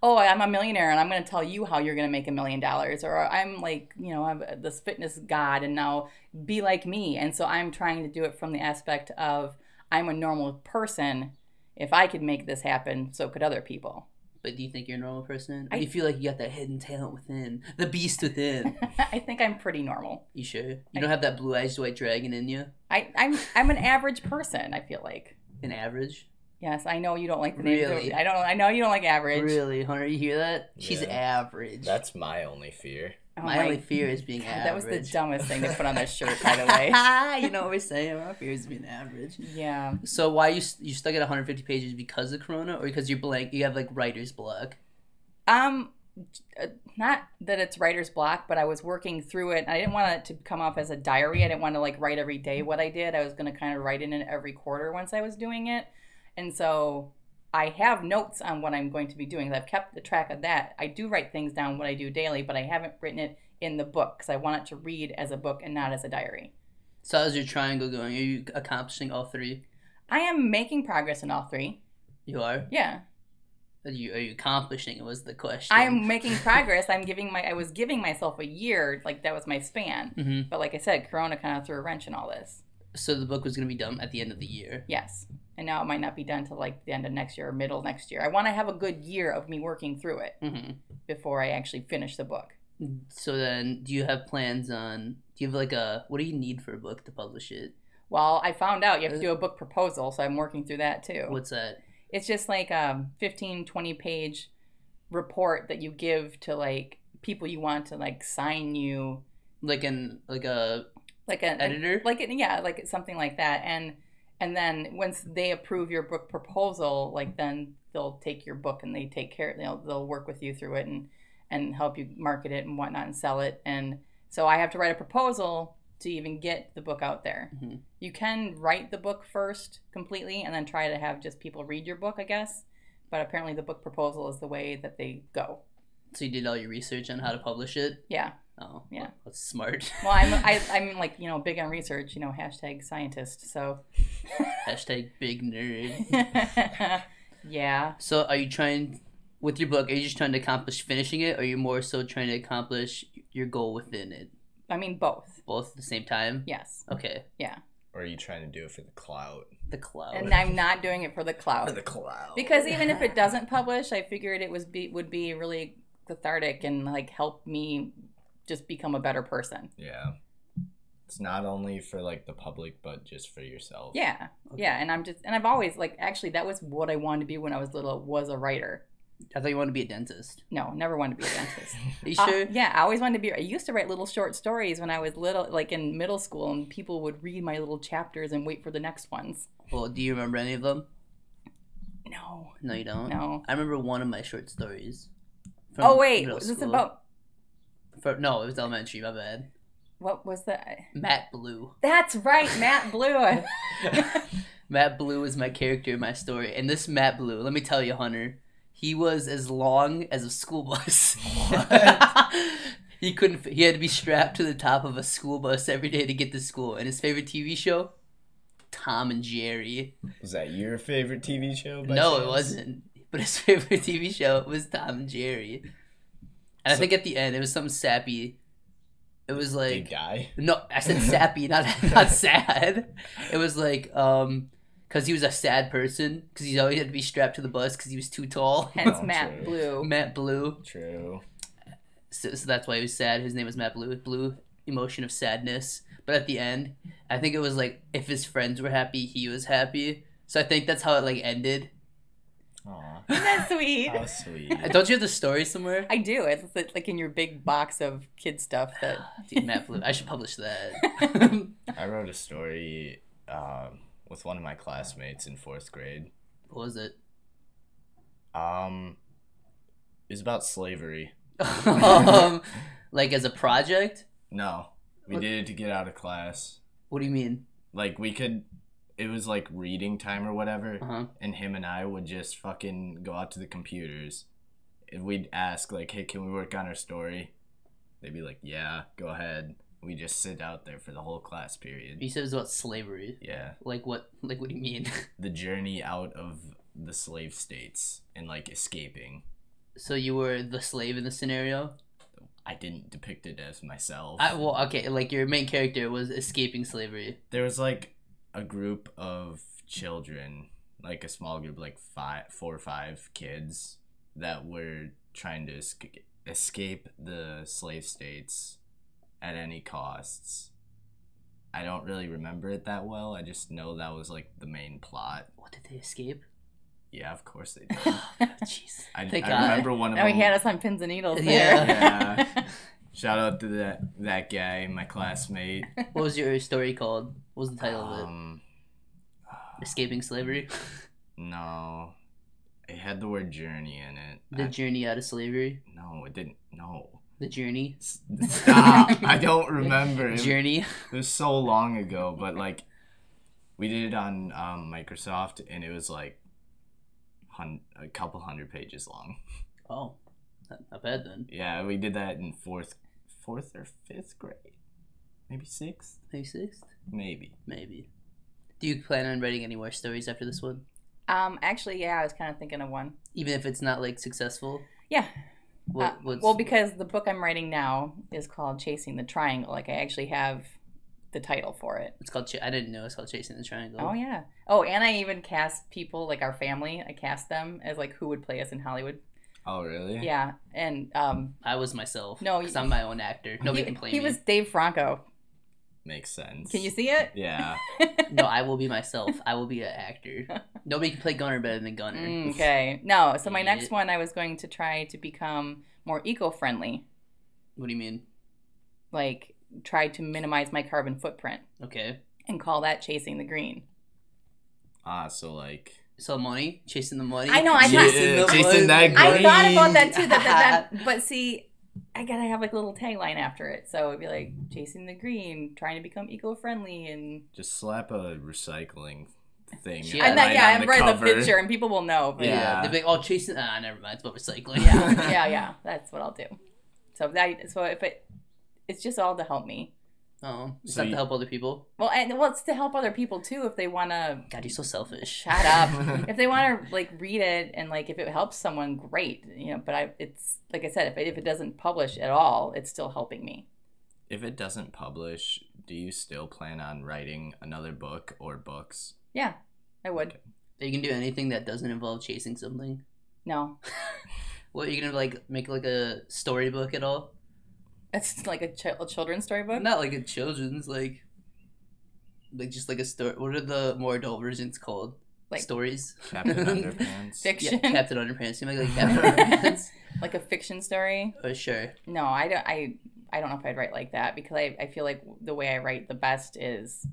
Speaker 2: oh i'm a millionaire and i'm going to tell you how you're going to make a million dollars or i'm like you know i'm this fitness god and now be like me and so i'm trying to do it from the aspect of i'm a normal person if i could make this happen so could other people
Speaker 1: but do you think you're a normal person
Speaker 2: I-
Speaker 1: do you feel like you got that hidden talent within the beast within
Speaker 2: i think i'm pretty normal
Speaker 1: you sure you
Speaker 2: I-
Speaker 1: don't have that blue-eyed white dragon in you
Speaker 2: I, i'm i'm an average person i feel like
Speaker 1: an average
Speaker 2: yes i know you don't like the name
Speaker 1: Really?
Speaker 2: i don't i know you don't like average
Speaker 1: really hunter you hear that she's
Speaker 3: Yeah.
Speaker 1: average
Speaker 3: That's my only fear.
Speaker 2: Oh
Speaker 1: my,
Speaker 2: my
Speaker 1: only fear is being
Speaker 2: God,
Speaker 1: average
Speaker 2: that was the dumbest thing to put on this shirt, by the way.
Speaker 1: you know what we're saying my fear is being average
Speaker 2: Yeah.
Speaker 1: So why you you stuck at 150 pages because of Corona, or because you're blank? You have like writer's block.
Speaker 2: Um, uh, not that it's writer's block, but I was working through it. I didn't want it to come off as a diary. I didn't want to like write every day what I did. I was going to kind of write in it every quarter once I was doing it. And so I have notes on what I'm going to be doing. I've kept the track of that. I do write things down what I do daily, but I haven't written it in the book because I want it to read as a book and not as a diary.
Speaker 1: So how's your triangle going? Are you accomplishing all three?
Speaker 2: I am making progress in all three.
Speaker 1: You are.
Speaker 2: Yeah.
Speaker 1: Are you are you accomplishing? It was the question.
Speaker 2: I'm making progress. I'm giving my I was giving myself a year, like that was my span.
Speaker 1: Mhm.
Speaker 2: But like I said, Corona kind of threw a wrench in all this.
Speaker 1: So the book was gonna be done at the end of the year.
Speaker 2: Yes. And now it might not be done till like the end of next year or middle of next year. I want to have a good year of me working through it
Speaker 1: hmm
Speaker 2: before I actually finish the book.
Speaker 1: So then, do you have plans on? Do you have like a what do you need for a book to publish it?
Speaker 2: Well, I found out you have to do a book proposal, so I'm working through that too.
Speaker 1: What's that?
Speaker 2: it's just like a 15 20 page report that you give to like people you want to like sign you
Speaker 1: Like an like a
Speaker 2: like an
Speaker 1: editor?
Speaker 2: like it yeah like it's something like that and and then once they approve your book proposal like then they'll take your book and they take care they'll, they'll work with you through it and and help you market it and whatnot and sell it and so i have to write a proposal to even get the book out there
Speaker 1: Mhm.
Speaker 2: you can write the book first completely and then try to have just people read your book i guess but apparently the book proposal is the way that they go
Speaker 1: so you did all your research on how to publish it.
Speaker 2: yeah
Speaker 1: Oh
Speaker 2: Yeah.
Speaker 1: well, that's smart.
Speaker 2: well i'm I, i'm like you know big on research you know hashtag scientist so
Speaker 1: Hashtag big nerd.
Speaker 2: yeah.
Speaker 1: So are you trying with your book, are you just trying to accomplish finishing it or are you more so trying to accomplish your goal within it?
Speaker 2: I mean, both.
Speaker 1: Both at the same time?
Speaker 2: Yes.
Speaker 1: Okay.
Speaker 3: Or are you trying to do it for the clout?
Speaker 1: The cloud.
Speaker 2: And I'm not doing it for the clout.
Speaker 3: clout.
Speaker 2: Because even if it doesn't publish, I figured it was be, would be really cathartic and like help me just become a better person.
Speaker 3: Yeah. It's not only for like the public, but just for yourself.
Speaker 2: Yeah. Yeah, and I'm just and I've always like actually that was what I wanted to be when I was little was a writer.
Speaker 1: I thought you wanted to be a dentist.
Speaker 2: No, never wanted to be a dentist.
Speaker 1: Are you
Speaker 2: Uh,
Speaker 1: sure?
Speaker 2: yeah, I always wanted to be. I used to write little short stories when I was little, like in middle school, and people would read my little chapters and wait for the next ones.
Speaker 1: Well, do you remember any of them?
Speaker 2: No,
Speaker 1: No, you don't?
Speaker 2: no.
Speaker 1: I remember one of my short stories. from
Speaker 2: Oh wait,
Speaker 1: middle
Speaker 2: was this
Speaker 1: school.
Speaker 2: about
Speaker 1: For, no, it was elementary, my bad.
Speaker 2: What was that?
Speaker 1: Matt Blue.
Speaker 2: That's right, Matt Blue.
Speaker 1: Matt Blue is my character in my story. And this Matt Blue, let me tell you, Hunter, he was as long as a school bus. he couldn't, he had to be strapped to the top of a school bus every day to get to school. And his favorite TV show? Tom and Jerry.
Speaker 3: Was that your favorite TV show? by
Speaker 1: no,
Speaker 3: chance?
Speaker 1: it wasn't. But his favorite TV show was Tom and Jerry. And I think at the end it was something sappy. It was
Speaker 3: Did he
Speaker 1: like
Speaker 3: die?
Speaker 1: no, I said sappy, not not sad. It was like um, cause he was a sad person, cause he always had to be strapped to the bus, cause he was too tall.
Speaker 2: Hence
Speaker 3: Oh, true.
Speaker 2: Matt Blue.
Speaker 1: Matt Blue,
Speaker 3: True.
Speaker 1: so, so that's why he was sad. His name was Matt Blue. Blue emotion of sadness. But at the end, I think it was like if his friends were happy, he was happy. So I think that's how it like ended.
Speaker 3: Aw,
Speaker 2: That's sweet.
Speaker 3: how sweet.
Speaker 1: Don't you have the story somewhere?
Speaker 2: I do. It's it's like in your big box of kid stuff that
Speaker 1: Dude, Matt Blue. I should publish that.
Speaker 3: I wrote a story um, with one of my classmates in fourth grade.
Speaker 1: what was it?
Speaker 3: Um, it was about slavery.
Speaker 1: um, like as a project?
Speaker 3: No, we did it to get out of class.
Speaker 1: What do you mean?
Speaker 3: Like we could, it was like reading time or whatever,
Speaker 1: Uh-huh.
Speaker 3: and him and I would just fucking go out to the computers, and we'd ask like, "Hey, can we work on our story?" They'd be like, "Yeah, go ahead." We just sit out there for the whole class
Speaker 1: You
Speaker 3: period.
Speaker 1: said it was about slavery.
Speaker 3: Yeah,
Speaker 1: Like what? Like what do you mean?
Speaker 3: the journey out of the slave states and like escaping.
Speaker 1: so you were the slave in the scenario?
Speaker 3: I didn't depict it as myself.
Speaker 1: I, well, okay. Like your main character was escaping slavery.
Speaker 3: there was like a group of children, like a small group, like five, four or five kids that were trying to esca- escape the slave states at any costs. I don't really remember it that well. I just know that was like the main plot.
Speaker 1: What did they escape?
Speaker 3: Yeah, of course they did.
Speaker 1: Jeez.
Speaker 3: I,
Speaker 1: Thank
Speaker 3: I
Speaker 1: God.
Speaker 3: remember one of
Speaker 2: now
Speaker 3: them.
Speaker 2: oh, he had us on pins and needles.
Speaker 1: Yeah.
Speaker 2: There.
Speaker 3: Yeah. Shout out to that that guy, my classmate.
Speaker 1: What was your story called? What was the title of it?
Speaker 3: Um,
Speaker 1: Escaping slavery.
Speaker 3: No. It had the word journey in it.
Speaker 1: The
Speaker 3: I-
Speaker 1: journey out of slavery.
Speaker 3: no, it didn't. No.
Speaker 1: The journey.
Speaker 3: S- Stop. I don't remember. It, it
Speaker 1: Journey.
Speaker 3: was so long ago, but like we did it on um, Microsoft and it was like hun- a couple hundred pages long.
Speaker 1: Oh, not, not bad then.
Speaker 3: Yeah, we did that in fourth fourth or fifth grade. Maybe sixth?
Speaker 1: Maybe sixth.
Speaker 3: Maybe.
Speaker 1: Maybe. Do you plan on writing any more stories after this one?
Speaker 2: Um. Actually, yeah, I was kind of thinking of one.
Speaker 1: Even if it's not like successful.
Speaker 2: Yeah.
Speaker 1: What,
Speaker 2: Uh,
Speaker 1: what's,
Speaker 2: well, because the book I'm writing now is called Chasing the Triangle. Like I actually have the title for it.
Speaker 1: It's called. Ch- I didn't know it's called Chasing the Triangle.
Speaker 2: Oh yeah. Oh, and I even cast people like our family. I cast them as like who would play us in Hollywood.
Speaker 3: Oh really?
Speaker 2: Yeah. And um,
Speaker 1: I was myself.
Speaker 2: No,
Speaker 1: because
Speaker 2: you-
Speaker 1: I'm my own actor. Nobody
Speaker 2: he,
Speaker 1: can play
Speaker 2: he
Speaker 1: me.
Speaker 2: was Dave Franco.
Speaker 3: Makes sense.
Speaker 2: Can you see it?
Speaker 3: Yeah.
Speaker 1: no, I will be myself. I will be an actor. Nobody can play Gunner better than Gunner.
Speaker 2: Mm, okay. No. So my next
Speaker 1: Idiot.
Speaker 2: one, I was going to try to become more eco-friendly.
Speaker 1: What do you mean?
Speaker 2: Like try to minimize my carbon footprint
Speaker 1: Okay,
Speaker 2: and call that chasing the green.
Speaker 3: Ah, so like
Speaker 1: so money, chasing the money.
Speaker 2: I know, I thought-
Speaker 1: Chasing the
Speaker 3: Chasing that
Speaker 1: money.
Speaker 2: I thought about that
Speaker 1: Green.
Speaker 2: too. That, that, that but see, I gotta have like a little tagline after it. So it'd be like chasing the green, trying to become eco-friendly, and
Speaker 3: Just slap a recycling thing.
Speaker 1: Yeah,
Speaker 2: I'm not,
Speaker 1: right
Speaker 2: yeah,
Speaker 3: on
Speaker 2: I'm right the
Speaker 3: cover.
Speaker 2: picture, and people will know. But
Speaker 1: Yeah,
Speaker 3: Yeah.
Speaker 1: they'd be like, "Oh, chasing." Ah, never mind. It's about recycling.
Speaker 2: yeah, yeah, yeah. That's what I'll do. So that so if it, it's just all to help me.
Speaker 1: Oh, it's
Speaker 3: So
Speaker 1: not
Speaker 3: you-
Speaker 1: to help other people.
Speaker 2: Well, and well, it's to help other people too if they wanna
Speaker 1: God, you're so selfish.
Speaker 2: shut up. if they wanna like read it and like if it helps someone, great. You know, but I it's like I said, if it, if it doesn't publish at all, it's still helping me.
Speaker 3: If it doesn't publish, do you still plan on writing another book or books?
Speaker 2: Yeah, I would.
Speaker 1: You can do anything that doesn't involve chasing something.
Speaker 2: No,
Speaker 1: What you gonna like make like a storybook at all?
Speaker 2: It's like a, ch- a children's storybook.
Speaker 1: Not like a children's, like like just like a story. What are the more adult versions called?
Speaker 2: Like-
Speaker 1: stories.
Speaker 3: Captain Underpants.
Speaker 2: Fiction,
Speaker 1: Yeah, Captain Underpants. You make like Captain Underpants.
Speaker 2: like a fiction story.
Speaker 1: Oh sure.
Speaker 2: No, I don't. I I don't know if I'd write like that because I, I feel like the way I write the best is.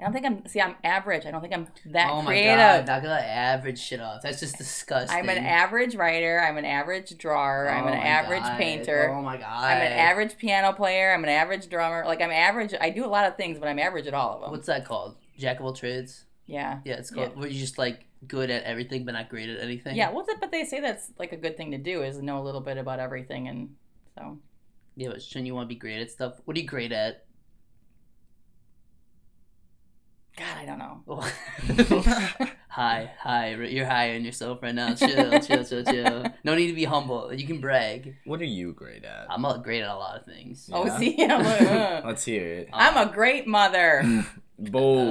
Speaker 2: I don't think I'm. See, I'm average. I don't think I'm that
Speaker 1: oh my
Speaker 2: creative.
Speaker 1: god, knock that average shit off. That's just disgusting.
Speaker 2: I'm an average writer. I'm an average drawer. I'm
Speaker 1: Oh
Speaker 2: an
Speaker 1: my
Speaker 2: average
Speaker 1: God.
Speaker 2: painter.
Speaker 1: Oh my god.
Speaker 2: I'm an average piano player. I'm an average drummer. Like I'm average. I do a lot of things, but I'm average at all of them.
Speaker 1: What's that called? Jack of all trades.
Speaker 2: yeah.
Speaker 1: Yeah, it's called.
Speaker 2: Yeah.
Speaker 1: Where you're just like good at everything but not great at anything.
Speaker 2: Yeah. Well, th- but they say that's like a good thing to do is know a little bit about everything, and so
Speaker 1: Yeah, but shouldn't you want to be great at stuff? What are you great at?
Speaker 2: God, I don't know.
Speaker 1: Oh. high, high. Right- You're high on yourself right now. Chill, chill, chill, chill. No need to be humble. You can brag.
Speaker 3: What are you great at?
Speaker 1: I'm not great at a lot of things. Um,
Speaker 2: Oh,
Speaker 3: Yeah.
Speaker 2: see, I'm a, uh,
Speaker 3: Let's hear it.
Speaker 2: I'm a great mother.
Speaker 3: Boom.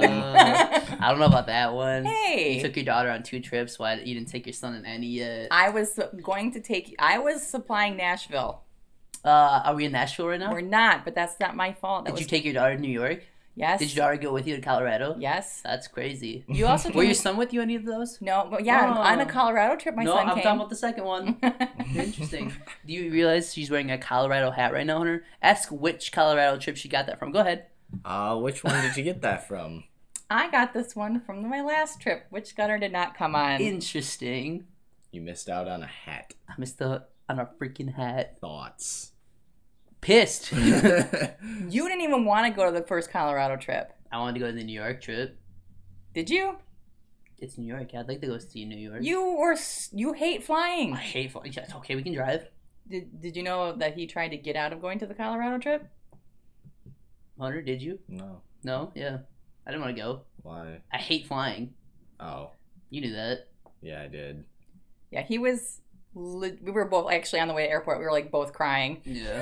Speaker 1: Uh, I don't know about that one.
Speaker 2: Hey.
Speaker 1: You took your daughter on two trips. Why you didn't take your son on any yet?
Speaker 2: I was going to take. I was supplying Nashville.
Speaker 1: Uh, are we in Nashville right now?
Speaker 2: We're not, but that's not my fault. That
Speaker 1: Did
Speaker 2: was
Speaker 1: you take your daughter to New York?
Speaker 2: yes,
Speaker 1: Did your daughter go with you to Colorado?
Speaker 2: yes.
Speaker 1: That's crazy.
Speaker 2: You also
Speaker 1: Were
Speaker 2: came-
Speaker 1: your son with you any of those?
Speaker 2: No, but yeah,
Speaker 1: Oh.
Speaker 2: on a Colorado trip, my
Speaker 1: no,
Speaker 2: son
Speaker 1: I'm
Speaker 2: came. Mm-hmm.
Speaker 1: talking about the second one. Interesting. Do you realize she's wearing a Colorado hat right now, Hunter? Ask which Colorado trip she got that from. Go ahead.
Speaker 3: Uh, which one did you get that from?
Speaker 2: I got this one from my last trip, which Gunner did not come on.
Speaker 1: Interesting.
Speaker 3: You missed out on a hat.
Speaker 1: I missed the on a freaking hat.
Speaker 3: Thoughts.
Speaker 1: Pissed.
Speaker 3: I
Speaker 2: you didn't even want to go to the first Colorado trip,
Speaker 1: I wanted to go to the New York trip.
Speaker 2: did you?
Speaker 1: It's New York. I'd like to go see New York.
Speaker 2: You were s- you hate flying.
Speaker 1: I hate flying. Yes, okay, we can drive.
Speaker 2: Did, did you know that he tried to get out of going to the Colorado trip?
Speaker 1: Hunter, did you?
Speaker 3: no.
Speaker 1: No? Yeah. I didn't want to go.
Speaker 3: Why?
Speaker 1: I hate flying.
Speaker 3: Oh,
Speaker 1: You knew that.
Speaker 3: yeah, I did.
Speaker 2: Yeah, he was. li- We were both actually on the way to the airport. We were like both crying.
Speaker 1: Yeah.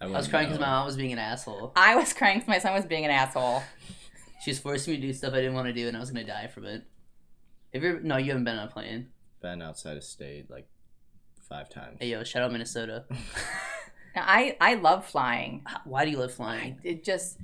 Speaker 1: I was
Speaker 3: wouldn't
Speaker 1: crying because
Speaker 3: know.
Speaker 1: my mom was being an asshole.
Speaker 2: I was crying because my son was being an asshole.
Speaker 1: She was forcing me to do stuff I didn't want to do, and I was gonna die from it. If you're no, you haven't been on a plane.
Speaker 3: been outside of state like five times.
Speaker 1: Hey yo, shout out Minnesota.
Speaker 2: Now, I I love flying.
Speaker 1: Why do you love flying?
Speaker 2: It just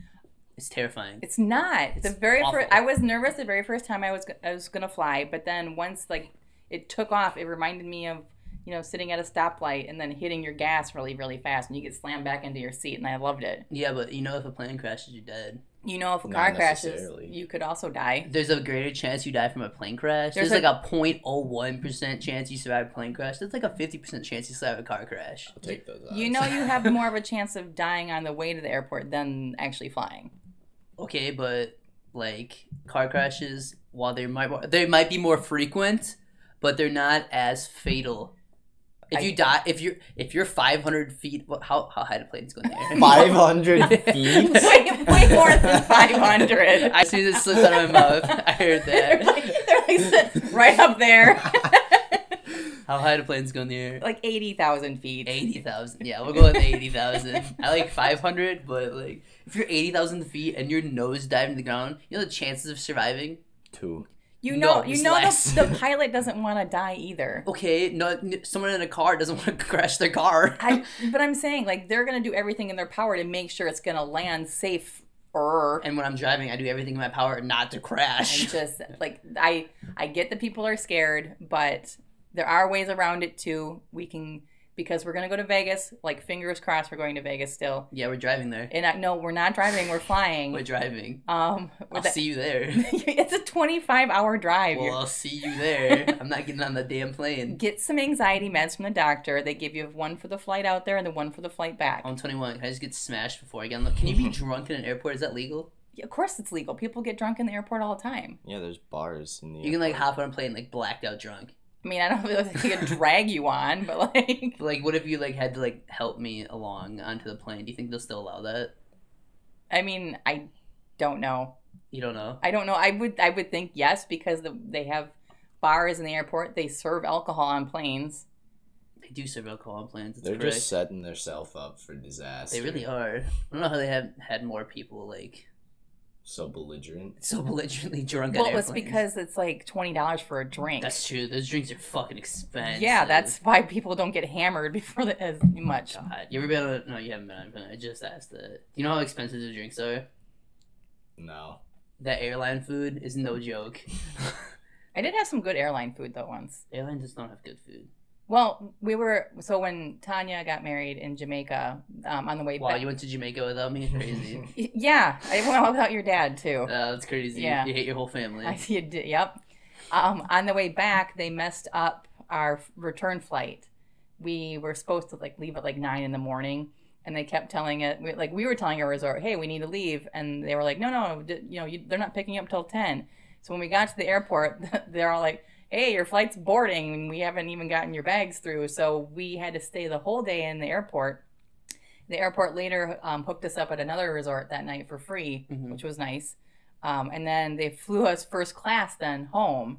Speaker 1: It's terrifying.
Speaker 2: it's not the
Speaker 1: It's
Speaker 2: very
Speaker 1: awful.
Speaker 2: first. I was nervous the very first time I was go- I was gonna fly, but then once like it took off, it reminded me of you know sitting at a stoplight and then hitting your gas really really fast and you get slammed back into your seat, and I loved it.
Speaker 1: Yeah, but you know if a plane crashes, you're dead.
Speaker 2: You know, if a
Speaker 3: Not
Speaker 2: car crashes,
Speaker 3: necessarily.
Speaker 2: you could also die.
Speaker 1: There's a greater chance you die from a plane crash. There's,
Speaker 2: There's
Speaker 1: like a 0.01 percent chance you survive a plane crash. There's like a 50 percent chance you survive a car crash.
Speaker 3: I'll take those odds.
Speaker 2: You know, you have more of a chance of dying on the way to the airport than actually flying.
Speaker 1: Okay, but like car crashes, while they might they might be more frequent, but they're not as fatal. If
Speaker 2: I-
Speaker 1: you die, if you're if you're 500 feet, well, how how high do planes go in the air?
Speaker 3: 500 feet?
Speaker 2: way, way more than 500.
Speaker 1: As soon as it slipped out of my mouth, I heard
Speaker 2: they're
Speaker 1: that.
Speaker 2: like, they're like sit right up there,
Speaker 1: How high do planes go in the air?
Speaker 2: like 80,000 feet.
Speaker 1: Eighty thousand. Yeah, we'll go with eighty thousand. I like five hundred, but like if you're eighty thousand feet and you're nose diving to the ground, you know the chances of surviving.
Speaker 3: Two.
Speaker 2: You
Speaker 1: No,
Speaker 2: know, you
Speaker 1: it's
Speaker 2: know
Speaker 1: less.
Speaker 2: the, the pilot doesn't want to die either.
Speaker 1: Okay, no, n- someone in a car doesn't want to crash their car.
Speaker 2: I, but I'm saying, like, they're going to do everything in their power to make sure it's going to land safe. Or
Speaker 1: and when I'm driving, I do everything in my power not to crash.
Speaker 2: just like I, I get that people are scared, but there are ways around it too. We can because we're going to go to Vegas. Like, fingers crossed, we're going to Vegas still.
Speaker 1: Yeah, we're driving there.
Speaker 2: And I, no, we're not driving. We're flying.
Speaker 1: We're driving.
Speaker 2: um,
Speaker 1: I'll
Speaker 2: that-
Speaker 1: see you there.
Speaker 2: it's a 25 hour drive.
Speaker 1: Well, uh,
Speaker 2: You're-
Speaker 1: I'll see you there. I'm not getting on the damn plane.
Speaker 2: Get some anxiety meds from the doctor. They give you one for the flight out there and then one for the flight back.
Speaker 1: I'm 21. Can I just get smashed before I get on the? Can you be drunk in an airport? Is that legal?
Speaker 2: Of course, it's legal. People get drunk in the airport all the time.
Speaker 3: Yeah, there's bars in the
Speaker 1: You can like
Speaker 3: airport.
Speaker 1: hop on a plane like blacked out drunk.
Speaker 2: I mean, I don't really think they could drag you on, but like,
Speaker 1: Like, what if you like had to like help me along onto the plane? Do you think they'll still allow that?
Speaker 2: I mean, I don't know.
Speaker 1: You don't know.
Speaker 2: I don't know. I would, I would think yes because the, they have bars in the airport. They serve alcohol on planes.
Speaker 1: They do serve alcohol on planes. It's
Speaker 3: They're
Speaker 1: correct.
Speaker 3: just setting themselves up for disaster.
Speaker 1: They really are. I don't know how they have had more people like
Speaker 3: So belligerent.
Speaker 1: so belligerently drunk.
Speaker 2: Well,
Speaker 1: on
Speaker 2: it's
Speaker 1: airplanes.
Speaker 2: because it's like twenty dollars for a drink.
Speaker 1: that's true. Those drinks are fucking expensive.
Speaker 2: yeah, that's why people don't get hammered before the, as much.
Speaker 1: Oh God. You ever been on? No, you haven't been on. a plane. I just asked that. You know how expensive the drinks are.
Speaker 3: No.
Speaker 1: That airline food is no joke.
Speaker 2: I did have some good airline food though once.
Speaker 1: Airlines just don't have good food.
Speaker 2: Well, we were so when Tanya got married in Jamaica um, on the way
Speaker 1: Wow,
Speaker 2: back.
Speaker 1: you went to Jamaica without me? Crazy.
Speaker 2: Y- yeah, I went without your dad
Speaker 1: uh,
Speaker 2: too.
Speaker 1: that's crazy.
Speaker 2: Yeah.
Speaker 1: You hate your whole family.
Speaker 2: I see. It, yep. Um, on the way back, they messed up our f- return flight. We were supposed to like leave at like nine in the morning, and they kept telling it we- like we were telling our resort, "Hey, we need to leave," and they were like, "No, no, d- you know, you, they're not picking you up till 10. So when we got to the airport, they're all like, "Hey, your flight's boarding, and we haven't even gotten your bags through." So we had to stay the whole day in the airport. The airport later um, hooked us up at another resort that night for free,
Speaker 1: Mhm.
Speaker 2: which was nice. Um, and then they flew us first class then home.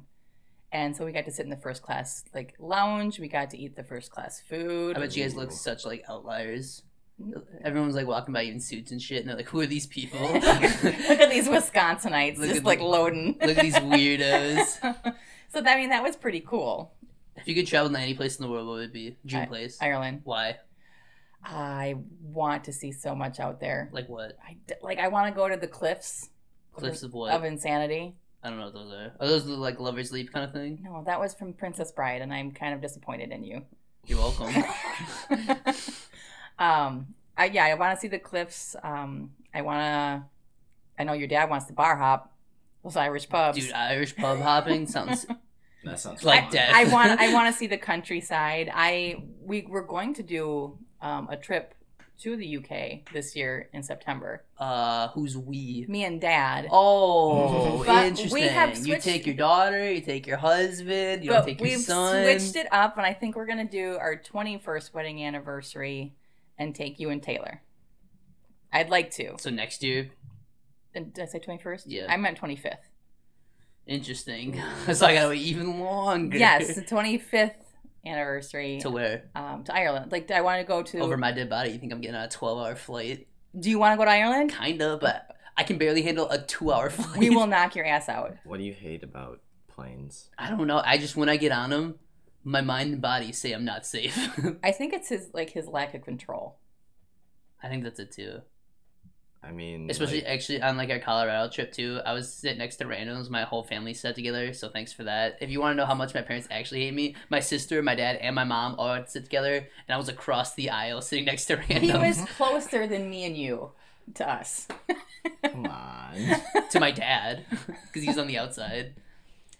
Speaker 2: And so we got to sit in the first class like lounge. We got to eat the first class food.
Speaker 1: I bet you guys look such like outliers.
Speaker 2: Mm-hmm.
Speaker 1: Everyone's like walking by you in suits and shit, and they're like, "Who are these people?
Speaker 2: Look at these Wisconsinites
Speaker 1: Look
Speaker 2: just
Speaker 1: at
Speaker 2: like
Speaker 1: the-
Speaker 2: loading.
Speaker 1: Look at these weirdos."
Speaker 2: so I mean that was pretty cool.
Speaker 1: If you could travel to any place in the world, what would it be? Dream place.
Speaker 2: Ireland.
Speaker 1: Why?
Speaker 2: I want to see so much out there.
Speaker 1: Like what?
Speaker 2: I d- like I want to go to the cliffs
Speaker 1: Cliffs of what?
Speaker 2: of insanity.
Speaker 1: I don't know what those are. Are those the like lovers leap kind of thing?
Speaker 2: No, that was from Princess Bride, and I'm kind of disappointed in you.
Speaker 1: You're welcome.
Speaker 2: um, I, yeah, I want to see the cliffs. Um, I want to. I know your dad wants to bar hop those Irish pubs.
Speaker 1: Dude, Irish pub hopping sounds
Speaker 3: That sounds
Speaker 1: Like
Speaker 3: fun.
Speaker 1: that.
Speaker 2: I want. I want to see the countryside. I we were going to do um, a trip to the UK this year in September.
Speaker 1: uh who's we?
Speaker 2: Me and Dad.
Speaker 1: Oh,
Speaker 2: But we
Speaker 1: interesting.
Speaker 2: have
Speaker 1: you
Speaker 2: switched-
Speaker 1: take your daughter, you take your husband, you
Speaker 2: but
Speaker 1: take your
Speaker 2: we've
Speaker 1: son.
Speaker 2: switched it up, and I think we're gonna do our 21st wedding anniversary and take you and Taylor. I'd like to.
Speaker 1: So next year,
Speaker 2: Did did I say 21st?
Speaker 1: Yeah.
Speaker 2: I meant 25th.
Speaker 1: interesting. so I gotta wait even longer.
Speaker 2: Yes, the 25th anniversary
Speaker 1: To where?
Speaker 2: um, to Ireland. Like, I want to go to.
Speaker 1: Over my dead body, you think I'm getting on a 12 hour flight?
Speaker 2: do you want to go to Ireland?
Speaker 1: Kind of, but I can barely handle a two hour flight.
Speaker 2: We will knock your ass out.
Speaker 3: What do you hate about planes?
Speaker 1: I don't know. I just, when I get on them, my mind and body say I'm not safe.
Speaker 2: I think it's his like his lack of control.
Speaker 1: I think that's it too.
Speaker 3: I mean,
Speaker 1: Especially
Speaker 3: like,
Speaker 1: actually on like our Colorado trip too, I was sitting next to randoms. My whole family sat together, so thanks for that. If you want to know how much my parents actually hate me, my sister, my dad, and my mom all had to sit together, and I was across the aisle sitting next to randoms.
Speaker 2: He was closer than me and you to us.
Speaker 3: come on.
Speaker 1: to my dad because he's on the outside.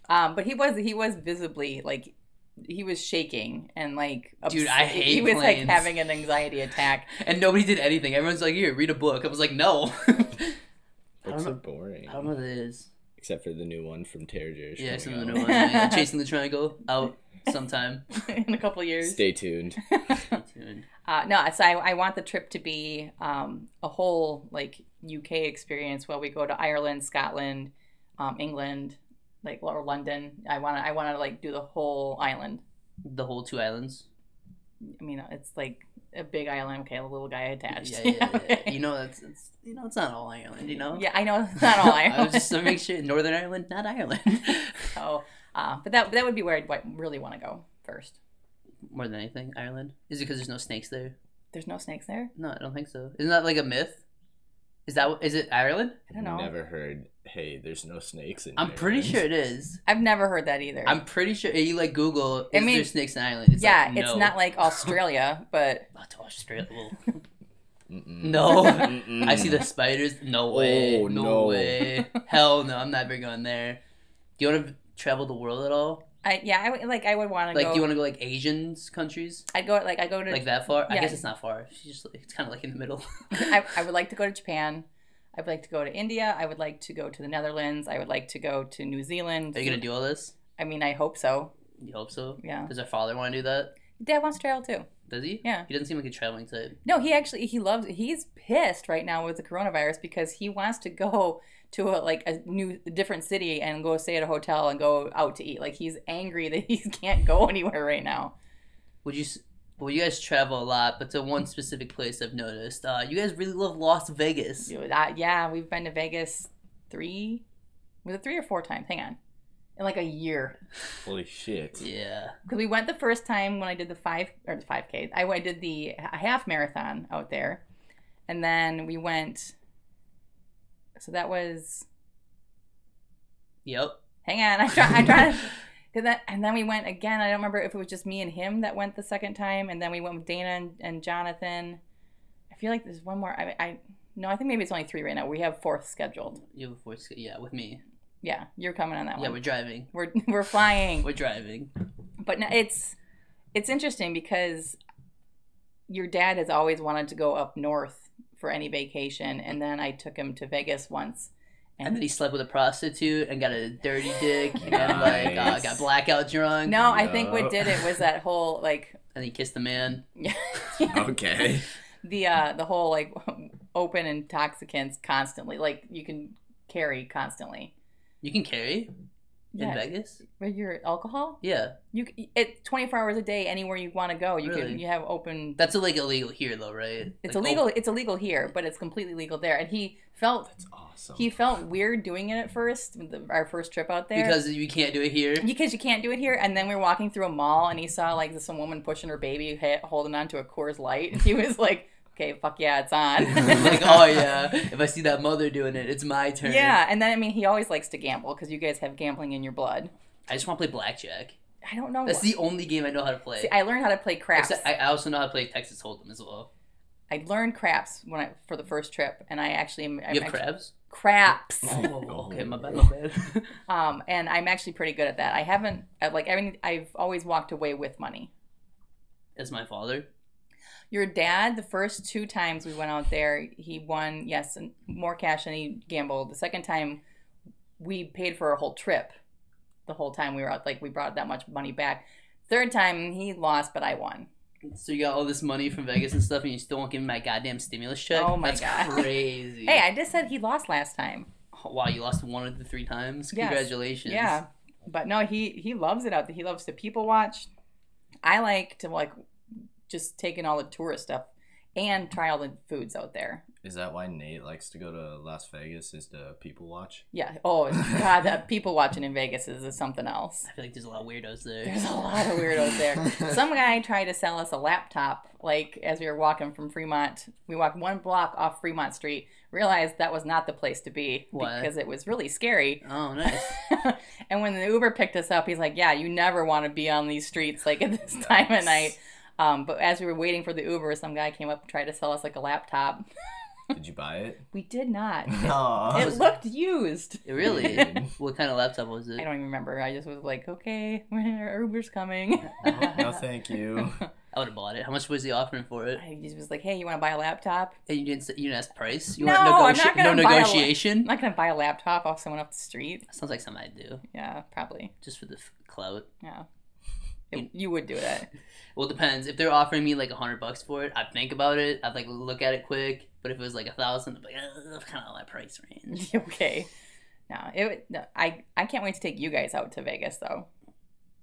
Speaker 2: Um, but he was he was visibly like he was shaking and like
Speaker 1: Dude, I hate
Speaker 2: he was like
Speaker 1: planes.
Speaker 2: having an anxiety attack.
Speaker 1: And nobody did anything. Everyone's like, here, read a book. I was like, no. don't
Speaker 3: Books are
Speaker 1: know-
Speaker 3: boring.
Speaker 1: I don't know what it is.
Speaker 3: Except for the new one from Terror Jirish.
Speaker 1: Yeah, some of the
Speaker 3: coming
Speaker 1: new
Speaker 3: out.
Speaker 1: one. yeah. Chasing the Triangle out sometime.
Speaker 2: in a couple years.
Speaker 3: Stay tuned.
Speaker 1: Stay tuned.
Speaker 2: Uh, no, so I, I want the trip to be um, a whole like UK experience where we go to Ireland, Scotland, um, England, like or London. I want to I want to like do the whole island.
Speaker 1: The whole two islands.
Speaker 2: I mean, it's like a big island. Okay, a little guy attached.
Speaker 1: Yeah, yeah, yeah, yeah. You know, that's, that's you know, it's not all Ireland. You know.
Speaker 2: Yeah, I know it's not all
Speaker 1: I was
Speaker 2: Ireland.
Speaker 1: just to make sure Northern Ireland, not Ireland.
Speaker 2: so, uh, but that that would be where I'd wa- really want to go first.
Speaker 1: More than anything, Ireland. Is it because there's no snakes there?
Speaker 2: There's no snakes there.
Speaker 1: No, I don't think so. Isn't that like a myth? Is that is it Ireland?
Speaker 2: I don't know.
Speaker 3: Never heard. Hey, there's no snakes in.
Speaker 1: I'm pretty
Speaker 3: Ireland."
Speaker 1: sure it is.
Speaker 2: I've never heard that either.
Speaker 1: I'm pretty sure you like Google. Is
Speaker 2: I mean-
Speaker 1: there snakes in Ireland? It's
Speaker 2: yeah,
Speaker 1: like,
Speaker 2: it's
Speaker 1: no.
Speaker 2: not like Australia, but
Speaker 1: Not to Australia.
Speaker 3: Mm-mm.
Speaker 1: no.
Speaker 3: Mm-mm.
Speaker 1: I see the spiders. No way.
Speaker 3: Oh,
Speaker 1: no,
Speaker 3: no.
Speaker 1: way. Hell no. I'm never going there. Do you want to travel the world at all?
Speaker 2: I yeah, I would like I would want to
Speaker 1: Like,
Speaker 2: go.
Speaker 1: do you want to go like Asians countries?
Speaker 2: I'd go like I go to
Speaker 1: Like that far? I
Speaker 2: Yeah.
Speaker 1: guess it's not far. It's just like, it's kind of like in the middle.
Speaker 2: I, I would like to go to Japan. I would like to go to India. I would like to go to the Netherlands. I would like to go to New Zealand.
Speaker 1: Are you gonna do all this?
Speaker 2: I mean, I hope so.
Speaker 1: You hope so.
Speaker 2: Yeah.
Speaker 1: Does our father want to do that?
Speaker 2: Dad wants to travel too.
Speaker 1: Does he?
Speaker 2: Yeah.
Speaker 1: He doesn't seem like a traveling type.
Speaker 2: No, he actually he loves. He's pissed right now with the coronavirus because he wants to go to a, like a new different city and go stay at a hotel and go out to eat. Like he's angry that he can't go anywhere right now.
Speaker 1: Would you? s- Well, you guys travel a lot, but to one specific place I've noticed, uh, you guys really love Las Vegas.
Speaker 2: Dude, I- yeah, we've been to Vegas three, was it three or four times? Hang on, in like a year.
Speaker 3: Holy shit.
Speaker 1: Yeah.
Speaker 2: because we went the first time when I did the five or the five k. I, I did the h- half marathon out there, and then we went. So that was.
Speaker 1: Yep.
Speaker 2: Hang on, I try. I try. to- 'cause that, and then we went again. I don't remember if it was just me and him that went the second time, and then we went with Dana and, and Jonathan. I feel like there's one more. I, I no, I think maybe it's only three right now. We have fourth scheduled.
Speaker 1: You have a voice. Yeah, with me.
Speaker 2: Yeah, you're coming on that
Speaker 1: Yeah,
Speaker 2: one.
Speaker 1: we're driving.
Speaker 2: we're we're flying.
Speaker 1: We're driving.
Speaker 2: but no, it's it's interesting because your dad has always wanted to go up north for any vacation and then i took him to vegas once
Speaker 1: And then he slept with a prostitute and got a dirty dick and like uh,
Speaker 3: Nice.
Speaker 1: got blackout drunk.
Speaker 2: no i think what
Speaker 3: Yup.
Speaker 2: did it was that whole like
Speaker 1: And he kissed a man.
Speaker 3: Okay.
Speaker 2: the uh the whole like open intoxicants constantly like you can carry constantly.
Speaker 1: You can carry in
Speaker 2: Yeah,
Speaker 1: Vegas.
Speaker 2: but your alcohol,
Speaker 1: Yeah,
Speaker 2: you c- at 24 hours a day, anywhere you want to go, you
Speaker 1: Really?
Speaker 2: can you have open.
Speaker 1: that's like illegal here though, right?
Speaker 2: it's
Speaker 1: Like,
Speaker 2: illegal.
Speaker 1: oh,
Speaker 2: It's illegal here, but it's completely legal there. And he felt
Speaker 3: That's awesome.
Speaker 2: he felt weird doing it at first, the, our first trip out there,
Speaker 1: because you can't do it here.
Speaker 2: because you can't do it here. And then we were walking through a mall, and he saw like this some woman pushing her baby, ha- holding on to a Coors Light, and he was like, "Okay, fuck yeah, it's on."
Speaker 1: like oh yeah, if I see that mother doing it, it's my turn.
Speaker 2: yeah, and then I mean, he always likes to gamble because you guys have gambling in your blood.
Speaker 1: I just want to play blackjack.
Speaker 2: I don't know.
Speaker 1: That's
Speaker 2: why.
Speaker 1: the only game I know how to play.
Speaker 2: Oh. See, I learned how to play craps.
Speaker 1: Except I, I also know how to play Texas Hold'em as well.
Speaker 2: I learned craps when I for the first trip, and I actually am I'm
Speaker 1: You have
Speaker 2: actually-
Speaker 1: crabs?
Speaker 2: craps.
Speaker 1: Oh, okay, my bad, my bad.
Speaker 2: Um, and I'm actually pretty good at that. I haven't I- like I mean I've always walked away with money.
Speaker 1: That's my father.
Speaker 2: Your dad, the first two times we went out there, he won yes and more cash than he gambled. The second time, we paid for a whole trip. The whole time we were out, like we brought that much money back. Third time he lost, but I won.
Speaker 1: So you got all this money from Vegas and stuff, and you still won't give me my goddamn stimulus check?
Speaker 2: Oh my
Speaker 1: That's
Speaker 2: God.
Speaker 1: crazy.
Speaker 2: Hey, I just said he lost last time.
Speaker 1: Oh, wow, you lost one of the three times.
Speaker 2: Yes.
Speaker 1: Congratulations.
Speaker 2: Yeah, but no, he he loves it out there. He loves to people watch. I like to like just take in all the tourist stuff and try all the foods out there.
Speaker 3: Is that why Nate likes to go to Las Vegas? Is to people watch?
Speaker 2: Yeah. Oh God, that people watching in Vegas is, is something else.
Speaker 1: I feel like there's a lot of weirdos there.
Speaker 2: There's a lot of weirdos there. Some guy tried to sell us a laptop, like as we were walking from Fremont. We walked one block off Fremont Street, realized that was not the place to be
Speaker 1: Why?
Speaker 2: because it was really scary.
Speaker 1: Oh, nice.
Speaker 2: and when the Uber picked us up, he's like, "Yeah, you never want to be on these streets like at this time of night." Um, but as we were waiting for the Uber, some guy came up and tried to sell us like a laptop.
Speaker 3: Did you buy it?
Speaker 2: We did not.
Speaker 3: No.
Speaker 2: It looked used.
Speaker 1: really? what kind of laptop was
Speaker 2: I
Speaker 1: it?
Speaker 2: don't even remember. I just was like, "Okay, Uber's coming."
Speaker 3: Uh-huh. no, thank you.
Speaker 1: I would have bought it. How much was he offering for it?
Speaker 2: I just was like, "Hey, you want to buy a laptop?"
Speaker 1: And you didn't say, you didn't ask price. You
Speaker 2: No,
Speaker 1: want
Speaker 2: I'm not
Speaker 1: no
Speaker 2: gonna buy a la-
Speaker 1: negotiation.
Speaker 2: I'm not gonna buy a laptop off someone off the street.
Speaker 1: Sounds like something I'd do
Speaker 2: Yeah, probably.
Speaker 1: just for the f- clout.
Speaker 2: Yeah, It- you would do that.
Speaker 1: Well, it depends. If they're offering me like a hundred bucks for it, I'd think about it. I'd like look at it quick. But if it was like a thousand, I'd be like, "Ugh, that's kind of my price range.
Speaker 2: okay. No, it. would- No, I I can't wait to take you guys out to Vegas though,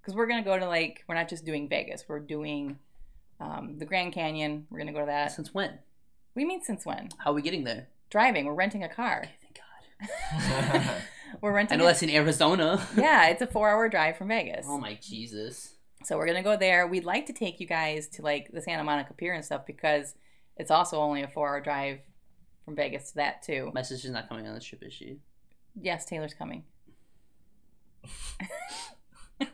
Speaker 2: because we're gonna go to like we're not just doing Vegas. We're doing um, the Grand Canyon. We're gonna go to that.
Speaker 1: Since when?
Speaker 2: We mean since when?
Speaker 1: How are we getting there?
Speaker 2: Driving. We're renting a car.
Speaker 1: Okay, thank God.
Speaker 2: We're
Speaker 1: I
Speaker 2: renting.
Speaker 1: know
Speaker 2: a-
Speaker 1: that's in Arizona.
Speaker 2: yeah, it's a four-hour drive from Vegas.
Speaker 1: Oh my Jesus.
Speaker 2: So we're gonna go there. We'd like to take you guys to like the Santa Monica Pier and stuff because it's also only a four-hour drive from Vegas to that too.
Speaker 1: My sister's not coming on this trip, is she?
Speaker 2: Yes, Taylor's coming.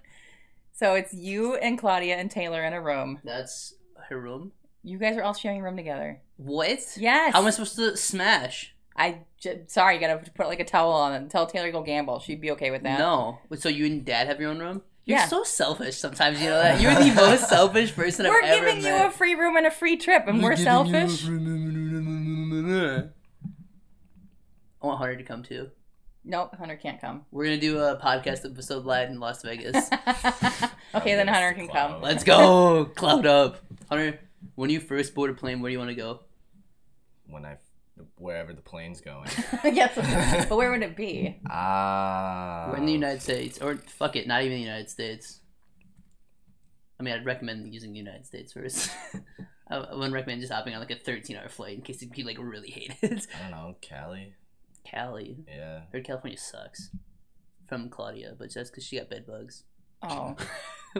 Speaker 2: so it's you and Claudia and Taylor in a room.
Speaker 1: That's her room.
Speaker 2: You guys are all sharing a room together.
Speaker 1: What?
Speaker 2: Yes.
Speaker 1: How am I supposed to smash?
Speaker 2: I j- sorry, you gotta put like a towel on and tell Taylor to go gamble. She'd be okay with that.
Speaker 1: No. Wait, So you and Dad have your own room? You're
Speaker 2: Yeah.
Speaker 1: so selfish sometimes, you know that? You're the most selfish person
Speaker 2: We're
Speaker 1: I've ever
Speaker 2: giving you
Speaker 1: met.
Speaker 2: a free room and a free trip, and we're selfish.
Speaker 1: I want Hunter to come too.
Speaker 2: Nope, Hunter can't come.
Speaker 1: We're gonna do a podcast episode live in Las Vegas.
Speaker 2: okay, then
Speaker 3: yes,
Speaker 2: Hunter can come.
Speaker 3: clown.
Speaker 1: Let's go, cloud up, Hunter. When you first board a plane, where do you want to go?
Speaker 3: when I, wherever the plane's going.
Speaker 2: yes, but where would it be?
Speaker 3: Ah.
Speaker 1: We're in the United States, or fuck it, not even the United States. I mean, I'd recommend using the United States first. I I wouldn't recommend just hopping on like a 13-hour flight in case you like really hate it.
Speaker 3: I don't know, Cali.
Speaker 1: Cali,
Speaker 3: Yeah.
Speaker 1: I heard California sucks. From Claudia, but that's because she got bed bugs.
Speaker 2: Oh,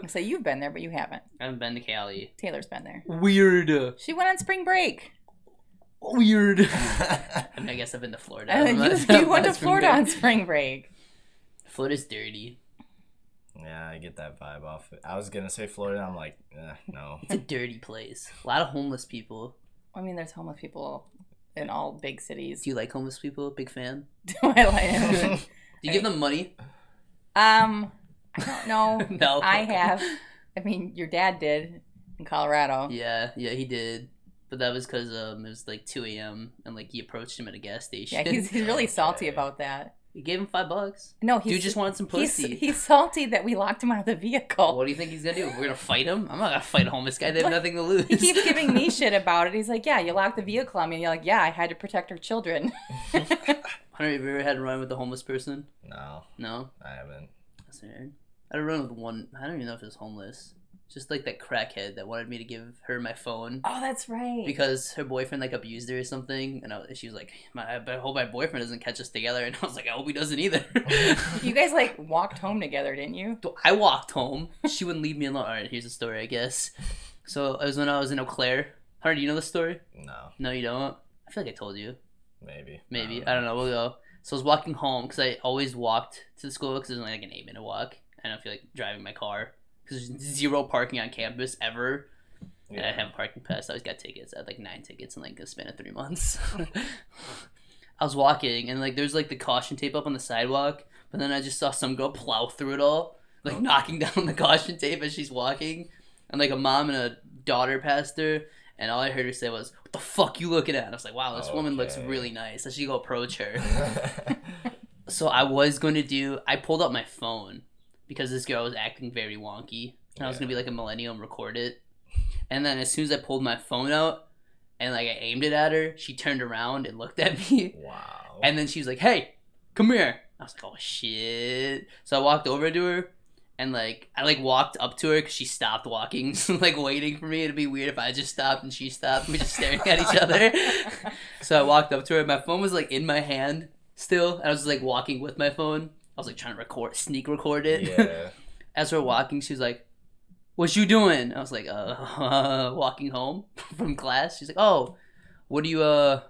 Speaker 2: so you've been there, but you haven't.
Speaker 1: I haven't been to Cali.
Speaker 2: Taylor's been there.
Speaker 1: Weird.
Speaker 2: She went on spring break.
Speaker 1: Weird. I, mean, I guess I've been to Florida.
Speaker 2: Uh,
Speaker 1: I'm not-
Speaker 2: you, you went to
Speaker 1: that's from
Speaker 2: Florida
Speaker 1: there.
Speaker 2: on spring break.
Speaker 1: Florida's dirty.
Speaker 3: yeah, I get that vibe off. it. I was gonna say Florida. I'm like, eh, no.
Speaker 1: It's a dirty place. A lot of homeless people.
Speaker 2: I mean, there's homeless people in all big cities.
Speaker 1: Do you like homeless people? Big fan.
Speaker 2: Do I like
Speaker 1: Do you give them money?
Speaker 2: Um, I don't know.
Speaker 1: no.
Speaker 2: I have. I mean, your dad did in Colorado.
Speaker 1: Yeah, yeah, he did. But that was because um, it was like 2 a.m. and like he approached him at a gas
Speaker 2: Yeah,
Speaker 1: station.
Speaker 2: he's, he's really salty
Speaker 3: Okay.
Speaker 2: about that.
Speaker 1: he gave him five bucks.
Speaker 2: No, he's
Speaker 1: Dude just wanted some
Speaker 2: he's,
Speaker 1: pussy.
Speaker 2: he's salty that we locked him out of the
Speaker 1: what
Speaker 2: vehicle.
Speaker 1: do you think he's gonna do? We're gonna fight him? I'm not gonna fight a homeless guy. They have nothing to lose.
Speaker 2: He keeps giving me shit about it. He's like, "Yeah, you locked the vehicle on me." And you're like, "Yeah, I had to protect our children."
Speaker 1: Hunter, have you ever had a run with a homeless person?
Speaker 3: No,
Speaker 1: No.
Speaker 3: I haven't.
Speaker 1: That's weird. I had a run with one. I don't even know if it was homeless. Just like that crackhead that wanted me to give her my phone
Speaker 2: Oh, that's right.
Speaker 1: because her boyfriend like abused her or something, and I, she was like, my, "I hope my boyfriend doesn't catch us together." And I was like, "I hope he doesn't either."
Speaker 2: you guys like walked home together, didn't you?
Speaker 1: So I walked home. She wouldn't leave me alone. All right, here's the story, I guess. So it was when I was in Eau Claire. Hunter, do you know the story?
Speaker 3: No,
Speaker 1: No, you don't. I feel like I told you.
Speaker 3: maybe.
Speaker 1: Maybe I don't know. We'll go. So I was walking home because I always walked to the school because it was only like an eight minute walk. I don't feel like driving my car because there's zero parking on campus ever. And I didn't have a parking pass. I always got tickets. I had like nine tickets in like a span of three months. I was walking and like there's like the caution tape up on the sidewalk, but then I just saw some girl plow through it all, like knocking down the caution tape as she's walking. And like a mom and a daughter passed her, and all I heard her say was, What the fuck you looking at? And I was like, Wow, this woman looks
Speaker 3: Okay.
Speaker 1: really nice. I should go approach her.
Speaker 3: Yeah.
Speaker 1: so I was going to do, I pulled up my phone because this girl was acting very wonky. And I was going
Speaker 3: Yeah.
Speaker 1: to be like a millennial and record it. And then as soon as I pulled my phone out and like I aimed it at her, she turned around and looked at me.
Speaker 3: wow.
Speaker 1: And then she was like, "Hey, come here." I was like, "Oh shit!" So I walked over to her, and like I like walked up to her because she stopped walking, so, like waiting for me. It'd be weird if I just stopped and she stopped. and We just staring at each other. So I walked up to her. My phone was like in my hand still. And I was like walking with my phone. I was like trying to record, sneak record it.
Speaker 3: yeah.
Speaker 1: As we're walking, she was like, "What you doing?" I was like, "Uh, walking home from class." She's like, "Oh, what do you uh,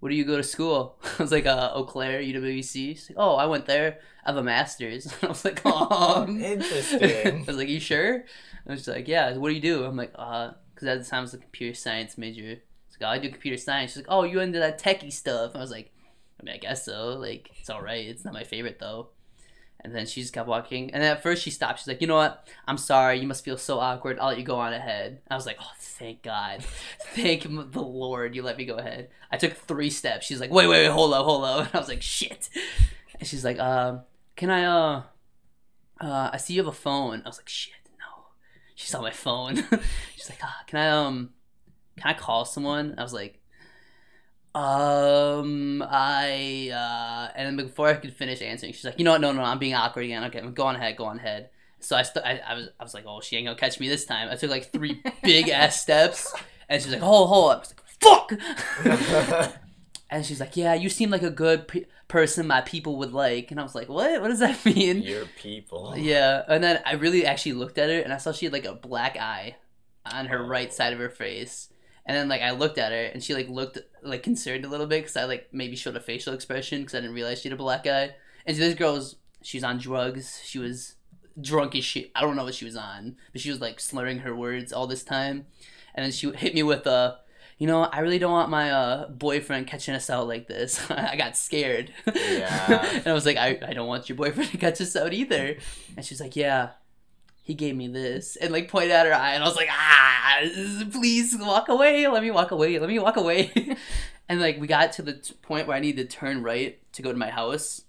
Speaker 1: what do you go to school?" I was like, "Uh, Eau Claire, UWC." She's like, "Oh, I went there. I have a master's." I was like, "Oh,
Speaker 3: Interesting.
Speaker 1: I was like, "You sure?" And she's like, "Yeah." What do you do? I'm like, "Uh," because at the time I was a computer science major. She's like, oh, "I do computer science." She's like, "Oh, you into that techie stuff?" I was like, "I mean, I guess so. Like, it's all right. It's not my favorite though." And then she just kept walking. And at first she stopped. She's like, you know what? I'm sorry. You must feel so awkward. I'll let you go on ahead. I was like, oh, thank God. thank m- the Lord you let me go ahead. I took three steps. She's like, wait, wait, wait, hold up, hold up. And I was like, shit. And she's like, um, can I, uh, uh, I see you have a phone. I was like, shit, no. She saw my phone. she's like, ah, can I, um, can I call someone? I was like, um, I, uh, and then before I could finish answering, she's like, you know what? No, no, I'm being awkward again. Okay, go on ahead, go on ahead. So I, st- I, I was, I was like, oh, she ain't gonna catch me this time. I took like three big ass steps, and she's like, hold, hold up. I was like, fuck. and she's like, yeah, you seem like a good pe- person my people would like. And I was like, what? What does that mean?
Speaker 3: Your people.
Speaker 1: Yeah, and then I really actually looked at her and I saw she had like a black eye on her right side of her face. And then like I looked at her and she like looked like concerned a little bit because I like maybe showed a facial expression because I didn't realize she had a black eye. And so this girl was she was on drugs. She was drunk as shit. I don't know what she was on, but she was like slurring her words all this time. And then she hit me with a, you know, I really don't want my uh, boyfriend catching us out like this. I got scared.
Speaker 3: Yeah.
Speaker 1: and I was like, I, I don't want your boyfriend to catch us out either. And she's like, Yeah, he gave me this. And like pointed at her eye. And I was like, Ah, please walk away. Let me walk away. Let me walk away. and like we got to the t- point where I needed to turn right to go to my house.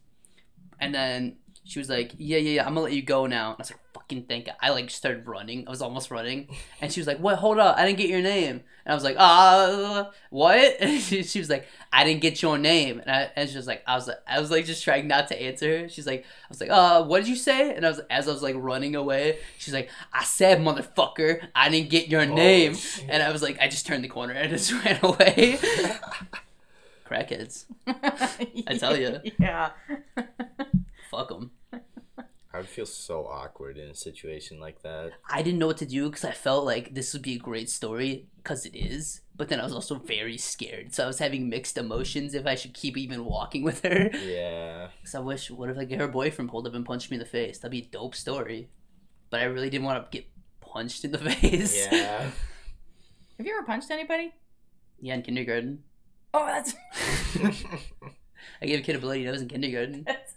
Speaker 1: And then she was like, Yeah, yeah, yeah, I'm gonna let you go now. And I was like, Fucking thank God. I like started running. I was almost running. And she was like, What? Hold up. I didn't get your name. And I was like, Uh, what? And she, she was like, I didn't get your name. And, I, and she was like, I was like, I was like, just trying not to answer her. She's like, I was like, Uh, what did you say? And I was, as I was like running away, she's like, I said, motherfucker, I didn't get your name.
Speaker 3: shit.
Speaker 1: And I was like, I just turned the corner and I just ran away. Crackheads.
Speaker 2: I
Speaker 1: tell ya.
Speaker 2: Yeah.
Speaker 1: Fuck them.
Speaker 3: I would feel so awkward in a situation like that.
Speaker 1: I didn't know what to do because I felt like this would be a great story because it is. But then I was also very scared, so I was having mixed emotions if I should keep even walking with her.
Speaker 3: Yeah.
Speaker 1: Because I wish, what if like her boyfriend pulled up and punched me in the face? That'd be a dope story. But I really didn't want to get punched in the face.
Speaker 3: Yeah.
Speaker 2: Have you ever punched anybody?
Speaker 1: Yeah, in kindergarten,
Speaker 2: Oh, that's.
Speaker 1: I gave a kid a bloody nose in kindergarten.
Speaker 2: that's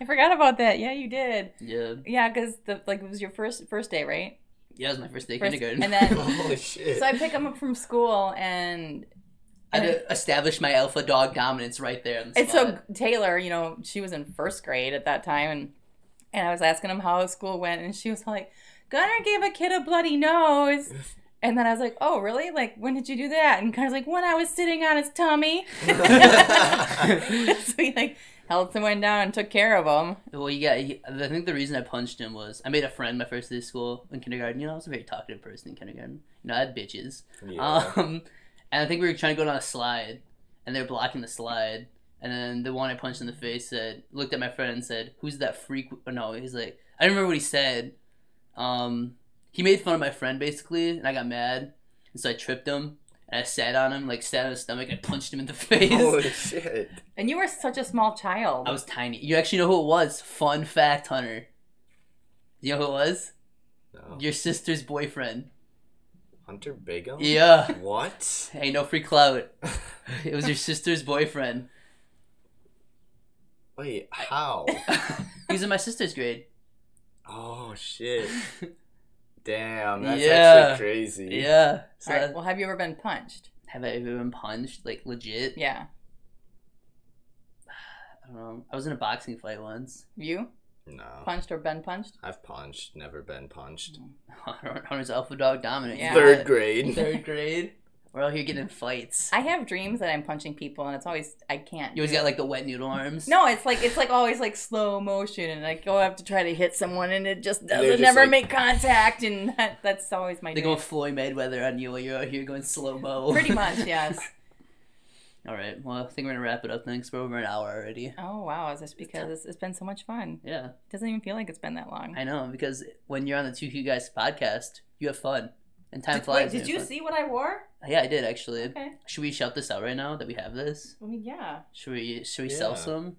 Speaker 2: I forgot about that. Yeah, you did.
Speaker 1: Yeah,
Speaker 2: Yeah, because the like it was your first first day, right?
Speaker 1: yeah, that was my first day in
Speaker 2: First-
Speaker 1: kindergarten.
Speaker 2: and then
Speaker 3: Holy shit.
Speaker 2: so I pick him up from school, and
Speaker 1: I d- established my alpha dog dominance right there. On the
Speaker 2: And
Speaker 1: spot.
Speaker 2: so Taylor, you know, she was in first grade at that time, and and I was asking him how his school went, and she was like, "Gunner gave a kid a bloody nose," And then I was like, oh, really? Like, when did you do that? And Connor's like, when I was sitting on his tummy. so he like held someone down and took care of him.
Speaker 1: Well, you got. you- I think the reason I punched him was I made a friend my first day of school in kindergarten. You know, I was a very talkative person in kindergarten. You know, I had bitches.
Speaker 3: Yeah.
Speaker 1: Um, and I think we were trying to go down a slide, and they were blocking the slide. And then the one I punched in the face said, looked at my friend and said, "Who's that freak?" Or no, he's like, I don't remember what he said. Um, he made fun of my friend basically, and I got mad, and so I tripped him. And I sat on him, like sat on his stomach, and punched him in the face.
Speaker 3: Holy shit.
Speaker 2: And you were such a small child.
Speaker 1: I was tiny. You actually know who it was? Fun fact, Hunter. You know who it was?
Speaker 3: No.
Speaker 1: Your sister's boyfriend.
Speaker 3: Hunter Bagel?
Speaker 1: Yeah.
Speaker 3: What?
Speaker 1: Hey, no free clout. It was your sister's boyfriend.
Speaker 3: Wait, how?
Speaker 1: He was in my sister's grade.
Speaker 3: Oh shit. Damn, that's
Speaker 1: Yeah.
Speaker 3: actually crazy.
Speaker 1: Yeah. So
Speaker 2: All right,
Speaker 1: that-
Speaker 2: well, have you ever been punched?
Speaker 1: have I ever been punched? Like legit?
Speaker 2: Yeah.
Speaker 1: I don't know. I was in a boxing fight once.
Speaker 2: You
Speaker 3: No.
Speaker 2: punched or been punched?
Speaker 3: I've punched, never been punched.
Speaker 1: Hunter's alpha dog dominant.
Speaker 2: Yeah.
Speaker 3: Third grade.
Speaker 1: Third grade. We're out here getting in fights.
Speaker 2: I have dreams that I'm punching people, and it's always I can't.
Speaker 1: You always got like the wet noodle arms.
Speaker 2: No, it's like it's like always like slow motion, and I go up to try to hit someone, and it just doesn't
Speaker 3: They're just
Speaker 2: never
Speaker 3: like-
Speaker 2: make contact, and that, that's always my
Speaker 1: They
Speaker 2: dream.
Speaker 1: go Floyd Mayweather on you while you're out here going slow mo.
Speaker 2: Pretty much, yes.
Speaker 1: All right. Well, I think we're gonna wrap it up. Thanks. We're over an hour already.
Speaker 2: Oh wow, is this because it's, it's been so much fun?
Speaker 1: Yeah,
Speaker 2: It doesn't even feel like it's been that long.
Speaker 1: I know because when you're on the Two Q Guys podcast, you have fun and time
Speaker 2: Did,
Speaker 1: flies.
Speaker 2: wait,
Speaker 1: when
Speaker 2: did
Speaker 1: you're
Speaker 2: you
Speaker 1: fun.
Speaker 2: see what I wore?
Speaker 1: Yeah, I did actually.
Speaker 2: Okay.
Speaker 1: Should we shout this out right now that we have this?
Speaker 2: I mean, yeah.
Speaker 1: Should we? Should we sell
Speaker 3: Yeah.
Speaker 1: some?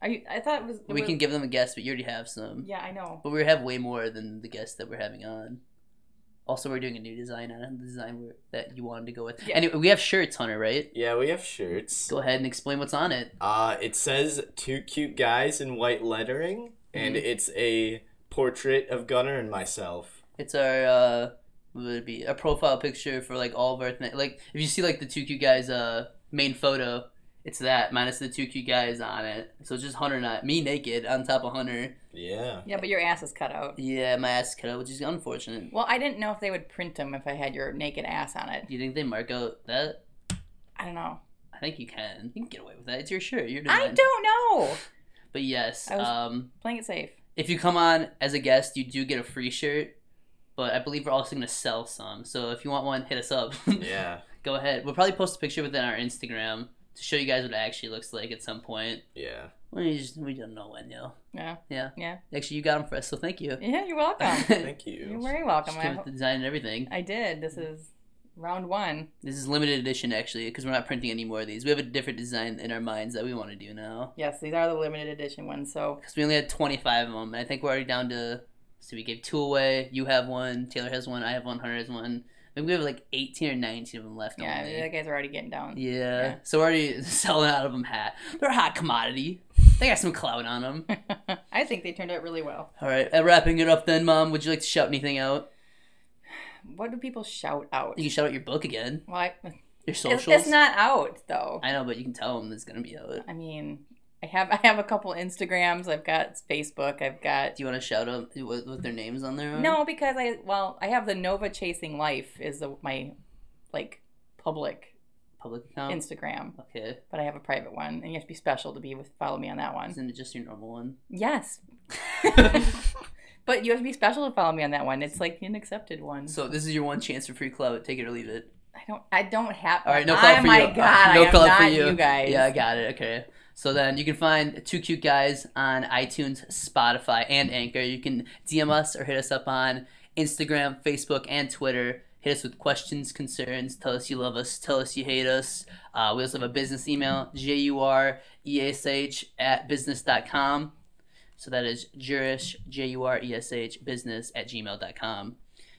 Speaker 2: Are you, I thought it was. it
Speaker 1: we
Speaker 2: was-
Speaker 1: can Oh. give them a guess, but you already have some.
Speaker 2: Yeah, I know.
Speaker 1: But we have way more than the guests that we're having on. Also, we're doing a new design on the design we that you wanted to go with.
Speaker 2: Yeah.
Speaker 1: Anyway, we have shirts, Hunter. Right?
Speaker 3: Yeah, we have shirts.
Speaker 1: Go ahead and explain what's on it.
Speaker 3: Uh, it says two cute guys in white lettering, and it's a portrait of Gunnar and myself.
Speaker 1: It's our uh what would it be a profile picture for like all of our thing. like if you see like the two Q guys uh main photo, it's that minus the two Q guys on it. So it's just Hunter not me naked on top of Hunter.
Speaker 3: Yeah.
Speaker 2: Yeah, but your ass is cut out.
Speaker 1: Yeah, my ass cut out, which is unfortunate.
Speaker 2: Well, I didn't know if they would print them if I had your naked ass on it.
Speaker 1: Do you think they mark out that?
Speaker 2: I don't know.
Speaker 1: I think you can. You can get away with that. It's your shirt. You're
Speaker 2: I don't know.
Speaker 1: But yes,
Speaker 2: I was-
Speaker 1: um,
Speaker 2: Playing it safe.
Speaker 1: if you come on as a guest, you do get a free shirt. But I believe we're also gonna sell some. So if you want one, hit us up.
Speaker 3: Yeah.
Speaker 1: go ahead. We'll probably post a picture within our Instagram to show you guys what it actually looks like at some point.
Speaker 3: Yeah.
Speaker 1: We just we don't know when, yo.
Speaker 2: Yeah.
Speaker 1: Yeah.
Speaker 2: Yeah.
Speaker 1: Actually, you got them for us, so thank you.
Speaker 2: Yeah, you're welcome.
Speaker 1: Just
Speaker 3: Thank
Speaker 2: you're
Speaker 3: you.
Speaker 2: very welcome. I,
Speaker 1: came with
Speaker 2: hope-
Speaker 1: the Mm-hmm. design and everything.
Speaker 2: Oh, I did. This is round one.
Speaker 1: This is limited edition, actually, because we're not printing any more of these. We have a different design in our minds that we want to do now.
Speaker 2: Yes, these are the limited edition ones. So
Speaker 1: Because we only had 25 of them, and I think we're already down to. So we gave two away. You have one. Taylor has one. I have one. Hunter has one. I think we have like 18 or 19 of them left.
Speaker 2: yeah,
Speaker 1: only.
Speaker 2: that guy's already getting down.
Speaker 1: Yeah.
Speaker 2: Yeah.
Speaker 1: So we're already selling out of them hat. They're a hot commodity. They got some clout on them.
Speaker 2: I think they turned out really well.
Speaker 1: All right. uh, Wrapping it up then, Mom, would you like to shout anything out?
Speaker 2: What do people shout out?
Speaker 1: You can shout out your book again,
Speaker 2: Well, I,
Speaker 1: your socials.
Speaker 2: it's, it's not out though.
Speaker 1: I know, but you can tell them it's going to be out.
Speaker 2: I mean, I have I have a couple Instagrams. I've got Facebook. I've got
Speaker 1: Do you want to shout out what, what their names on there? are?
Speaker 2: no because I well I have the Nova Chasing Life is the, my like public
Speaker 1: Public account?
Speaker 2: Instagram,
Speaker 1: okay.
Speaker 2: but I have a private one, and you have to be special to be with follow me on that one.
Speaker 1: Isn't it just your normal one?
Speaker 2: Yes. but you have to be special to follow me on that one. It's like an accepted one.
Speaker 1: So this is your one chance for free clout. Take it or leave it.
Speaker 2: I don't I don't have
Speaker 1: All right. No
Speaker 2: oh
Speaker 1: clout for
Speaker 2: my
Speaker 1: you.
Speaker 2: god,
Speaker 1: no
Speaker 2: I am
Speaker 1: clout
Speaker 2: not
Speaker 1: for you.
Speaker 2: guys.
Speaker 1: Yeah, I got it. Okay. So then you can find Two Cute Guys on iTunes, Spotify, and Anchor. You can DM us or hit us up on Instagram, Facebook, and Twitter. Hit us with questions, concerns. Tell us you love us. Tell us you hate us. Uh, we also have a business email, J-U-R-E-S-H E at business.com. So that is Jurish, J-U-R-E-S-H, E business at gmail.com.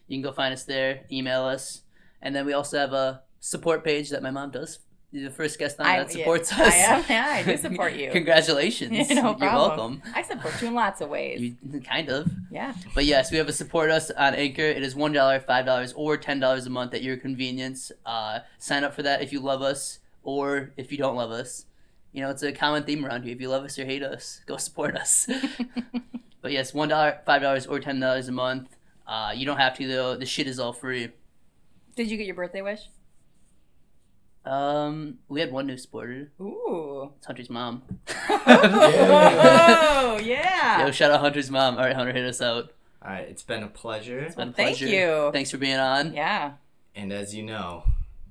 Speaker 1: You can go find us there, email us. And then we also have a support page that my mom does. You're the first guest on
Speaker 2: I-
Speaker 1: that
Speaker 2: yeah,
Speaker 1: supports
Speaker 2: I
Speaker 1: us.
Speaker 2: am. Yeah, I do support you.
Speaker 1: Congratulations.
Speaker 2: no
Speaker 1: You're
Speaker 2: problem.
Speaker 1: welcome.
Speaker 2: I support you in lots of ways.
Speaker 1: You, kind of.
Speaker 2: yeah.
Speaker 1: But yes, we have a support us on Anchor. It is $1, $5, or $10 a month at your convenience. Uh, sign up for that if you love us or if you don't love us. You know, it's a common theme around here. If you love us or hate us, go support us. but yes, $1, $5, or $10 a month. Uh, you don't have to, though. The shit is all free.
Speaker 5: Did you get your birthday wish?
Speaker 1: Um, we had one new supporter.
Speaker 2: Ooh.
Speaker 1: It's Hunter's mom.
Speaker 2: Oh, yeah.
Speaker 1: Yo, shout out Hunter's mom. All right, Hunter, hit us out.
Speaker 3: All right, it's been a pleasure.
Speaker 1: It's been a
Speaker 2: Thank
Speaker 1: pleasure.
Speaker 2: you.
Speaker 1: Thanks for being on,
Speaker 2: Yeah.
Speaker 3: And as you know,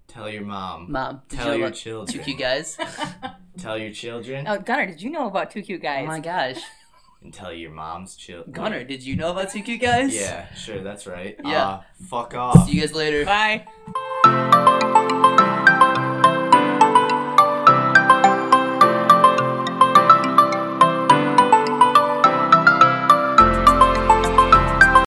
Speaker 3: tell your mom.
Speaker 1: mom. Did
Speaker 3: Tell
Speaker 1: you
Speaker 3: your
Speaker 1: about two
Speaker 3: children.
Speaker 1: cute guys?
Speaker 3: Tell your children.
Speaker 2: Oh, Gunnar, did you know about Two Cute
Speaker 1: oh
Speaker 2: Guys?
Speaker 1: my gosh,
Speaker 3: And tell your mom's children.
Speaker 1: Gunner, did you know about two cute guys?
Speaker 3: Yeah, sure, that's right.
Speaker 1: Yeah.
Speaker 3: Uh, fuck off.
Speaker 1: See you guys later.
Speaker 2: Bye.